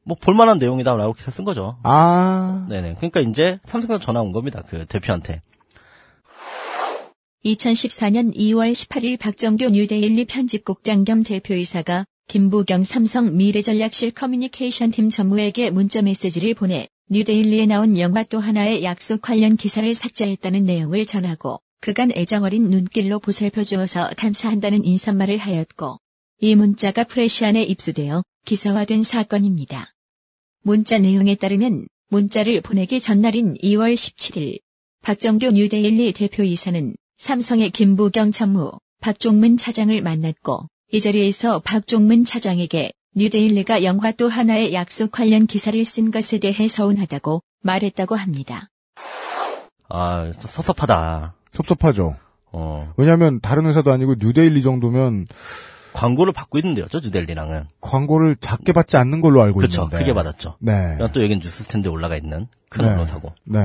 뭐 볼만한 내용이다라고 기사 쓴 거죠.
아.
네네. 그러니까 이제 삼성에서 전화 온 겁니다. 그 대표한테.
2014년 2월 18일 박정규 뉴데일리 편집국장 겸 대표이사가 김부경 삼성 미래전략실 커뮤니케이션팀 전무에게 문자 메시지를 보내 뉴데일리에 나온 영화 또 하나의 약속 관련 기사를 삭제했다는 내용을 전하고 그간 애정어린 눈길로 보살펴 주어서 감사한다는 인사말을 하였고 이 문자가 프레시안에 입수되어 기사화된 사건입니다. 문자 내용에 따르면 문자를 보내기 전날인 2월 17일 박정규 뉴데일리 대표이사는 삼성의 김부경 전무, 박종문 차장을 만났고 이 자리에서 박종문 차장에게 뉴데일리가 영화 또 하나의 약속 관련 기사를 쓴 것에 대해 서운하다고 말했다고 합니다.
아, 서- 섭섭하다.
섭섭하죠.
어,
왜냐하면 다른 회사도 아니고 뉴데일리 정도면
광고를 받고 있는데였죠, 주델리랑은.
광고를 작게 받지 않는 걸로 알고
그쵸,
뭐 있는데.
크게 받았죠.
네.
그리고 또 여긴 뉴스 스탠드에 올라가 있는 큰
네.
언론사고.
네.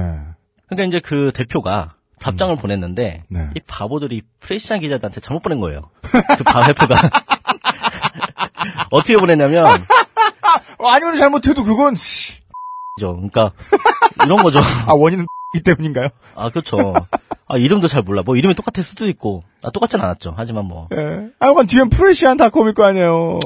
그러니까 이제 그 대표가 답장을 보냈는데
네.
이 바보들이 프레시한 기자들한테 잘못 보낸 거예요. 그 바회포가 어떻게 보냈냐면
어, 아니면 잘못해도 그건 씨.
죠 그러니까 이런 거죠.
아 원인은 이 때문인가요?
아 그렇죠. 아 이름도 잘 몰라. 뭐 이름이 똑같을 수도 있고 아 똑같진 않았죠. 하지만 뭐
예. 하여간 뒤엔 프레시한 닷컴일 거 아니에요.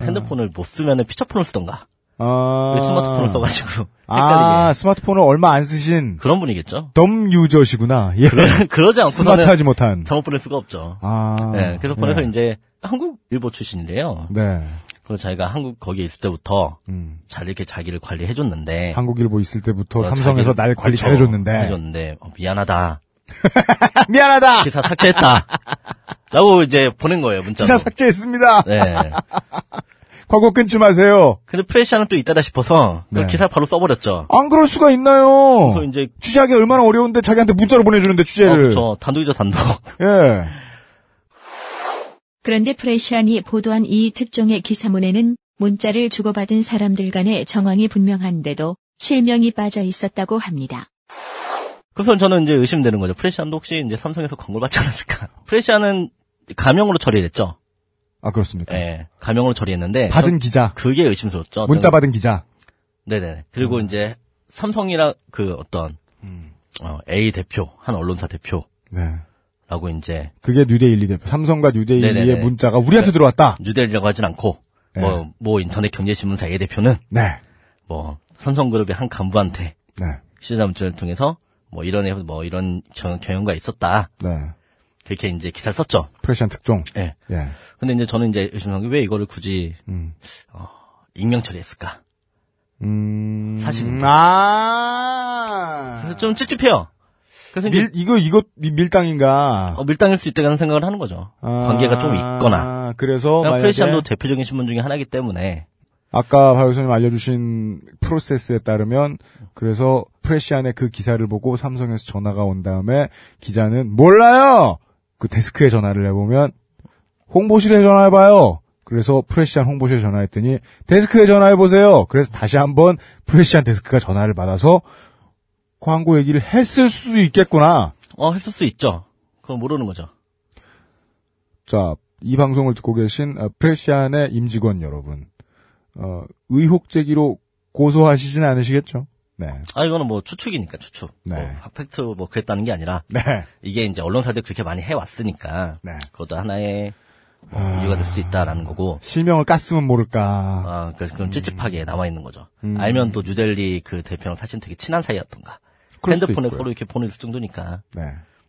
핸드폰을 못 쓰면 피처폰을 쓰던가
아.
스마트폰을 써가지고 헷갈리게
아, 스마트폰을 얼마 안 쓰신
그런 분이겠죠.
덤 유저시구나. 예.
그러지 않고서는
스마트하지 못한.
잘못 보낼 수가 없죠.
아.
네, 그래서 보내서
예.
이제 한국 일보 출신이래요.
네.
그래서 자기가 한국 거기에 있을 때부터
음.
잘 이렇게 자기를 관리해줬는데.
한국일보 있을 때부터
예. 어,
삼성에서
자기를-
날 관리
그렇죠.
잘해줬는데. 아,
해줬는데, 어, 미안하다.
미안하다.
기사 삭제했다. 라고 이제 보낸 거예요, 문자로.
기사 삭제했습니다.
네.
광고 끊지 마세요.
근데 프레시아는 또 있다다 싶어서 그걸
네.
기사 바로 써버렸죠.
안 그럴 수가
그래서
있나요?
이제
취재하기 얼마나 어려운데 자기한테 문자로 보내주는데
어,
취재를.
그쵸. 단독이죠, 단독.
예.
그런데 프레시안이 보도한 이 특종의 기사문에는 문자를 주고받은 사람들 간의 정황이 분명한데도 실명이 빠져 있었다고 합니다.
그래서 저는 이제 의심되는 거죠. 프레시안도 혹시 이제 삼성에서 광고를 받지 않았을까. 프레시안은 가명으로 처리했죠.
아 그렇습니까?
예. 가명으로 처리했는데.
받은 기자,
그게 의심스럽죠.
문자 받은 음. 기자.
네네. 그리고 이제 삼성이라 그 어떤
음.
어, A 대표 한 언론사 대표라고
네.
이제
그게 뉴데일리 대표. 삼성과 뉴데일리의
네네네.
문자가 우리한테 들어왔다.
뉴델이라고 하진 않고 뭐
예.
뭐 인터넷 경제신문사 A 대표는
네.
뭐 삼성그룹의 한 간부한테
네.
시자문자를 통해서 뭐 이런 애- 뭐 이런 경, 경영가 있었다
네.
그렇게 이제 기사를 썼죠.
프레시안 특종.
예.
예.
근데 이제 저는 이제 의심하는 게 왜 이거를 굳이
음.
익명 처리했을까?
음.
사실입니다.
아.
그래서 좀 찝찝해요. 그래서 이제
밀 이거 이거 이 밀당인가?
어, 밀당일 수 있다는 생각을 하는 거죠.
아,
어,
어,
관계가 좀 있거나
그래서
그냥
만약에
프레시안도 대표적인 신문 중에 하나이기 때문에
아까 박 교수님 알려주신 프로세스에 따르면 그래서 프레시안의 그 기사를 보고 삼성에서 전화가 온 다음에 기자는 몰라요. 그 데스크에 전화를 해보면 홍보실에 전화해봐요. 그래서 프레시안 홍보실에 전화했더니 데스크에 전화해보세요. 그래서 다시 한번 프레시안 데스크가 전화를 받아서 광고 얘기를 했을 수도 있겠구나.
어 했을 수 있죠. 그건 모르는 거죠.
자, 이 방송을 듣고 계신 아, 프레시안의 임직원 여러분, 어, 의혹 제기로 고소하시진 않으시겠죠? 네.
아 이거는 뭐 추측이니까 추측.
네.
뭐 팩트 뭐 그랬다는 게 아니라
네.
이게 이제 언론사들 이 그렇게 많이 해왔으니까
네. 아.
그것도 하나의 뭐 이유가 될 수도 있다라는 거고.
실명을 깠으면 모를까.
아, 그러니까
음.
그건 찝찝하게 남아 있는 거죠. 알면 또 뉴델리 그 대표랑 사실 되게 친한 사이였던가.
그럴 수도
핸드폰에
있고요.
서로 이렇게 보낼 정도니까.
네.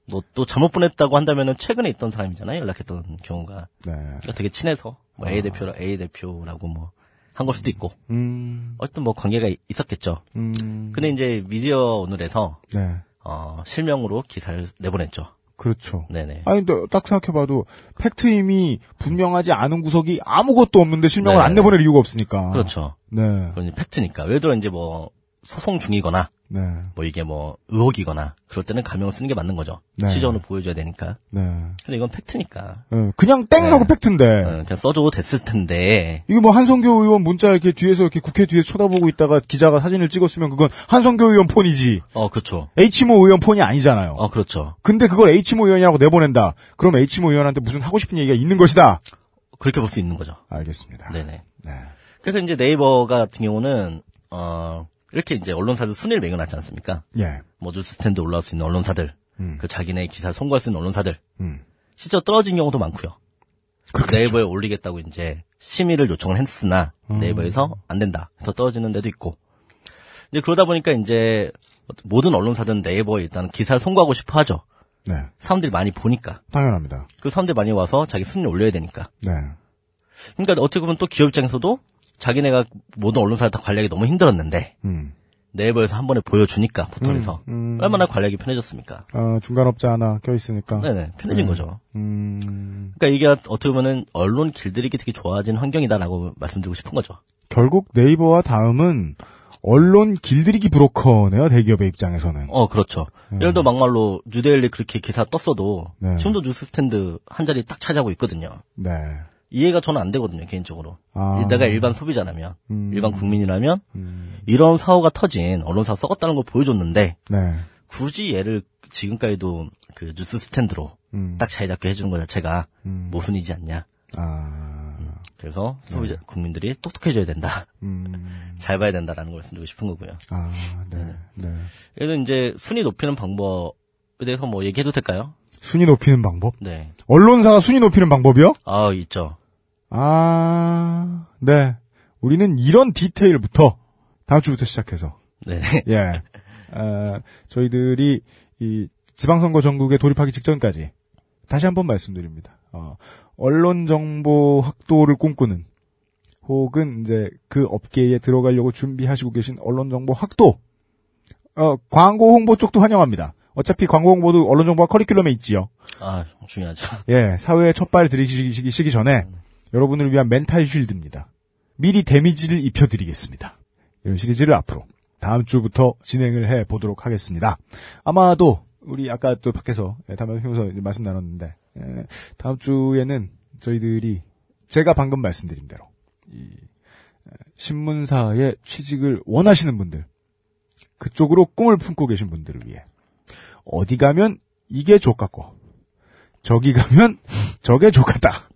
너 또 잘못 보냈다고 한다면은 최근에 있던 사람이잖아요. 연락했던 경우가.
네.
그러니까 되게 친해서 뭐
아.
A 대표라 A 대표라고 뭐 한 걸 수도 있고.
음,
어쨌든 뭐 관계가 이- 있었겠죠.
음.
근데 이제 미디어 오늘에서
네.
어, 실명으로 기사를 내보냈죠.
그렇죠.
네네.
아니, 근데 딱 생각해봐도, 팩트임이 분명하지 않은 구석이 아무것도 없는데 실명을
네.
안 내보낼 이유가 없으니까.
그렇죠.
네.
그건 이제 팩트니까. 예를 들어 이제 뭐 소송 중이거나
네.
뭐 이게 뭐 의혹이거나 그럴 때는 가명을 쓰는 게 맞는 거죠.
네.
시전을 보여줘야 되니까.
네.
근데 이건 팩트니까.
네. 그냥 땡! 하고
네.
팩트인데.
어, 그냥 써줘도 됐을 텐데.
이거 뭐 한성교 의원 문자 이렇게 뒤에서 이렇게 국회 뒤에 쳐다보고 있다가 기자가 사진을 찍었으면 그건 한성교 의원 폰이지.
어, 그렇죠.
H모 의원 폰이 아니잖아요.
어, 그렇죠.
근데 그걸 H모 의원이라고 내보낸다. 그럼 H모 의원한테 무슨 하고 싶은 얘기가 있는 것이다.
그렇게 볼 수 있는 거죠.
알겠습니다.
네네.
네.
그래서 이제 네이버 같은 경우는 어, 이렇게 이제 언론사들 순위를 매겨놨지 않습니까?
예.
뭐 뉴스 스탠드 올라올 수 있는 언론사들,
음.
그 자기네 기사를 송구할 수 있는 언론사들.
음.
실제로 떨어진 경우도 많고요.
그렇겠죠.
네이버에 올리겠다고 이제 심의를 요청을 했으나
음.
네이버에서 안 된다 해서 떨어지는 데도 있고. 이제 그러다 보니까 이제 모든 언론사든 네이버에 일단 기사를 송구하고 싶어 하죠.
네.
사람들이 많이 보니까.
당연합니다.
그 사람들이 많이 와서 자기 순위 올려야 되니까.
네.
그러니까 어떻게 보면 또 기업 입장에서도 자기네가 모든 언론사를 다 관리하기 너무 힘들었는데
음.
네이버에서 한 번에 보여주니까 포털에서
음, 음.
얼마나 관리하기 편해졌습니까?
아, 중간업자 하나 껴있으니까.
네네 편해진
음.
거죠.
음,
그러니까 이게 어떻게 보면은 언론 길들이기 되게 좋아진 환경이다라고 말씀드리고 싶은 거죠.
결국 네이버와 다음은 언론 길들이기 브로커네요, 대기업의 입장에서는.
어 그렇죠. 예를 들어 막말로 뉴데일리 그렇게 기사 떴어도
음. 네.
지금도 뉴스 스탠드 한 자리 딱 차지하고 있거든요.
네.
이해가 저는 안 되거든요 개인적으로.
아.
내가 일반 소비자라면
음.
일반 국민이라면
음,
이런 사고가 터진 언론사 썩었다는 걸 보여줬는데
네.
굳이 얘를 지금까지도 그 뉴스 스탠드로
음,
딱 자리 잡게 해주는 거 자체가
음.
모순이지 않냐.
아,
그래서 소비자 국민들이 똑똑해져야 된다.
네. 음,
잘 봐야 된다라는 걸 말씀드리고 싶은 거고요.
아, 네, 네.
얘는 이제 순위 높이는 방법에 대해서 뭐 얘기해도 될까요?
순위 높이는 방법?
네.
언론사가 순위 높이는 방법이요?
아 있죠.
아, 네. 우리는 이런 디테일부터 다음 주부터 시작해서
네.
예, 아, 저희들이 이 지방선거 전국에 돌입하기 직전까지 다시 한번 말씀드립니다. 어, 언론 정보 확보를 꿈꾸는 혹은 이제 그 업계에 들어가려고 준비하시고 계신 언론 정보 확도 어, 광고 홍보 쪽도 환영합니다. 어차피 광고 홍보도 언론 정보가 커리큘럼에 있지요.
아 중요하죠.
예, 사회에 첫발 들이시기 시기 전에 여러분을 위한 멘탈 쉴드입니다. 미리 데미지를 입혀드리겠습니다. 이런 시리즈를 앞으로 다음 주부터 진행을 해 보도록 하겠습니다. 아마도 우리 아까 또 밖에서 예, 담당 형사 말씀 나눴는데 예, 다음 주에는 저희들이 제가 방금 말씀드린 대로 이, 에, 신문사에 취직을 원하시는 분들 그쪽으로 꿈을 품고 계신 분들을 위해 어디 가면 이게 좋겠고 저기 가면 저게 조카다.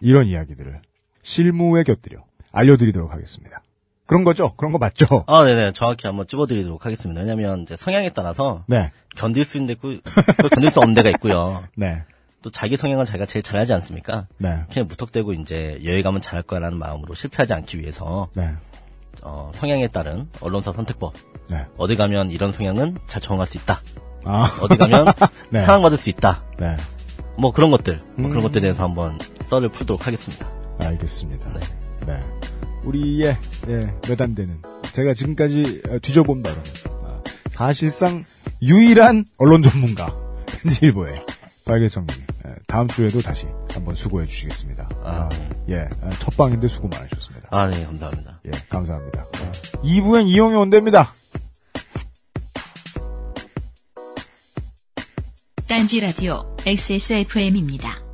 이런 이야기들을 실무에 곁들여 알려드리도록 하겠습니다. 그런 거죠? 그런 거 맞죠?
아 네네 정확히 한번 찝어드리도록 하겠습니다. 왜냐하면 이제 성향에 따라서
네,
견딜 수 있는 데고 그, 또 견딜 수 없는 데가 있고요.
네,
또 자기 성향을 자기가 제일 잘하지 않습니까?
네,
그냥 무턱대고 이제 여행 가면 잘할 거야라는 마음으로 실패하지 않기 위해서
네,
어, 성향에 따른 언론사 선택법
네.
어디 가면 이런 성향은 잘 적응할 수 있다.
아,
어디 가면
네.
사랑받을 수 있다.
네.
뭐 그런 것들 뭐 그런 것들에 대해서 한번 썰을 풀도록 하겠습니다.
알겠습니다. 네. 우리의, 예, 몇안 되는, 제가 지금까지 어, 뒤져본 바로는, 아, 사실상 유일한 언론 전문가, 편지일보의 빨개성님이 예, 다음 주에도 다시 한번 수고해 주시겠습니다.
아, 네.
예, 아, 첫 방인데 수고 많으셨습니다.
아, 네, 감사합니다.
예, 감사합니다. 2부엔 이용이 온답니다.
딴지 라디오 XSFM입니다.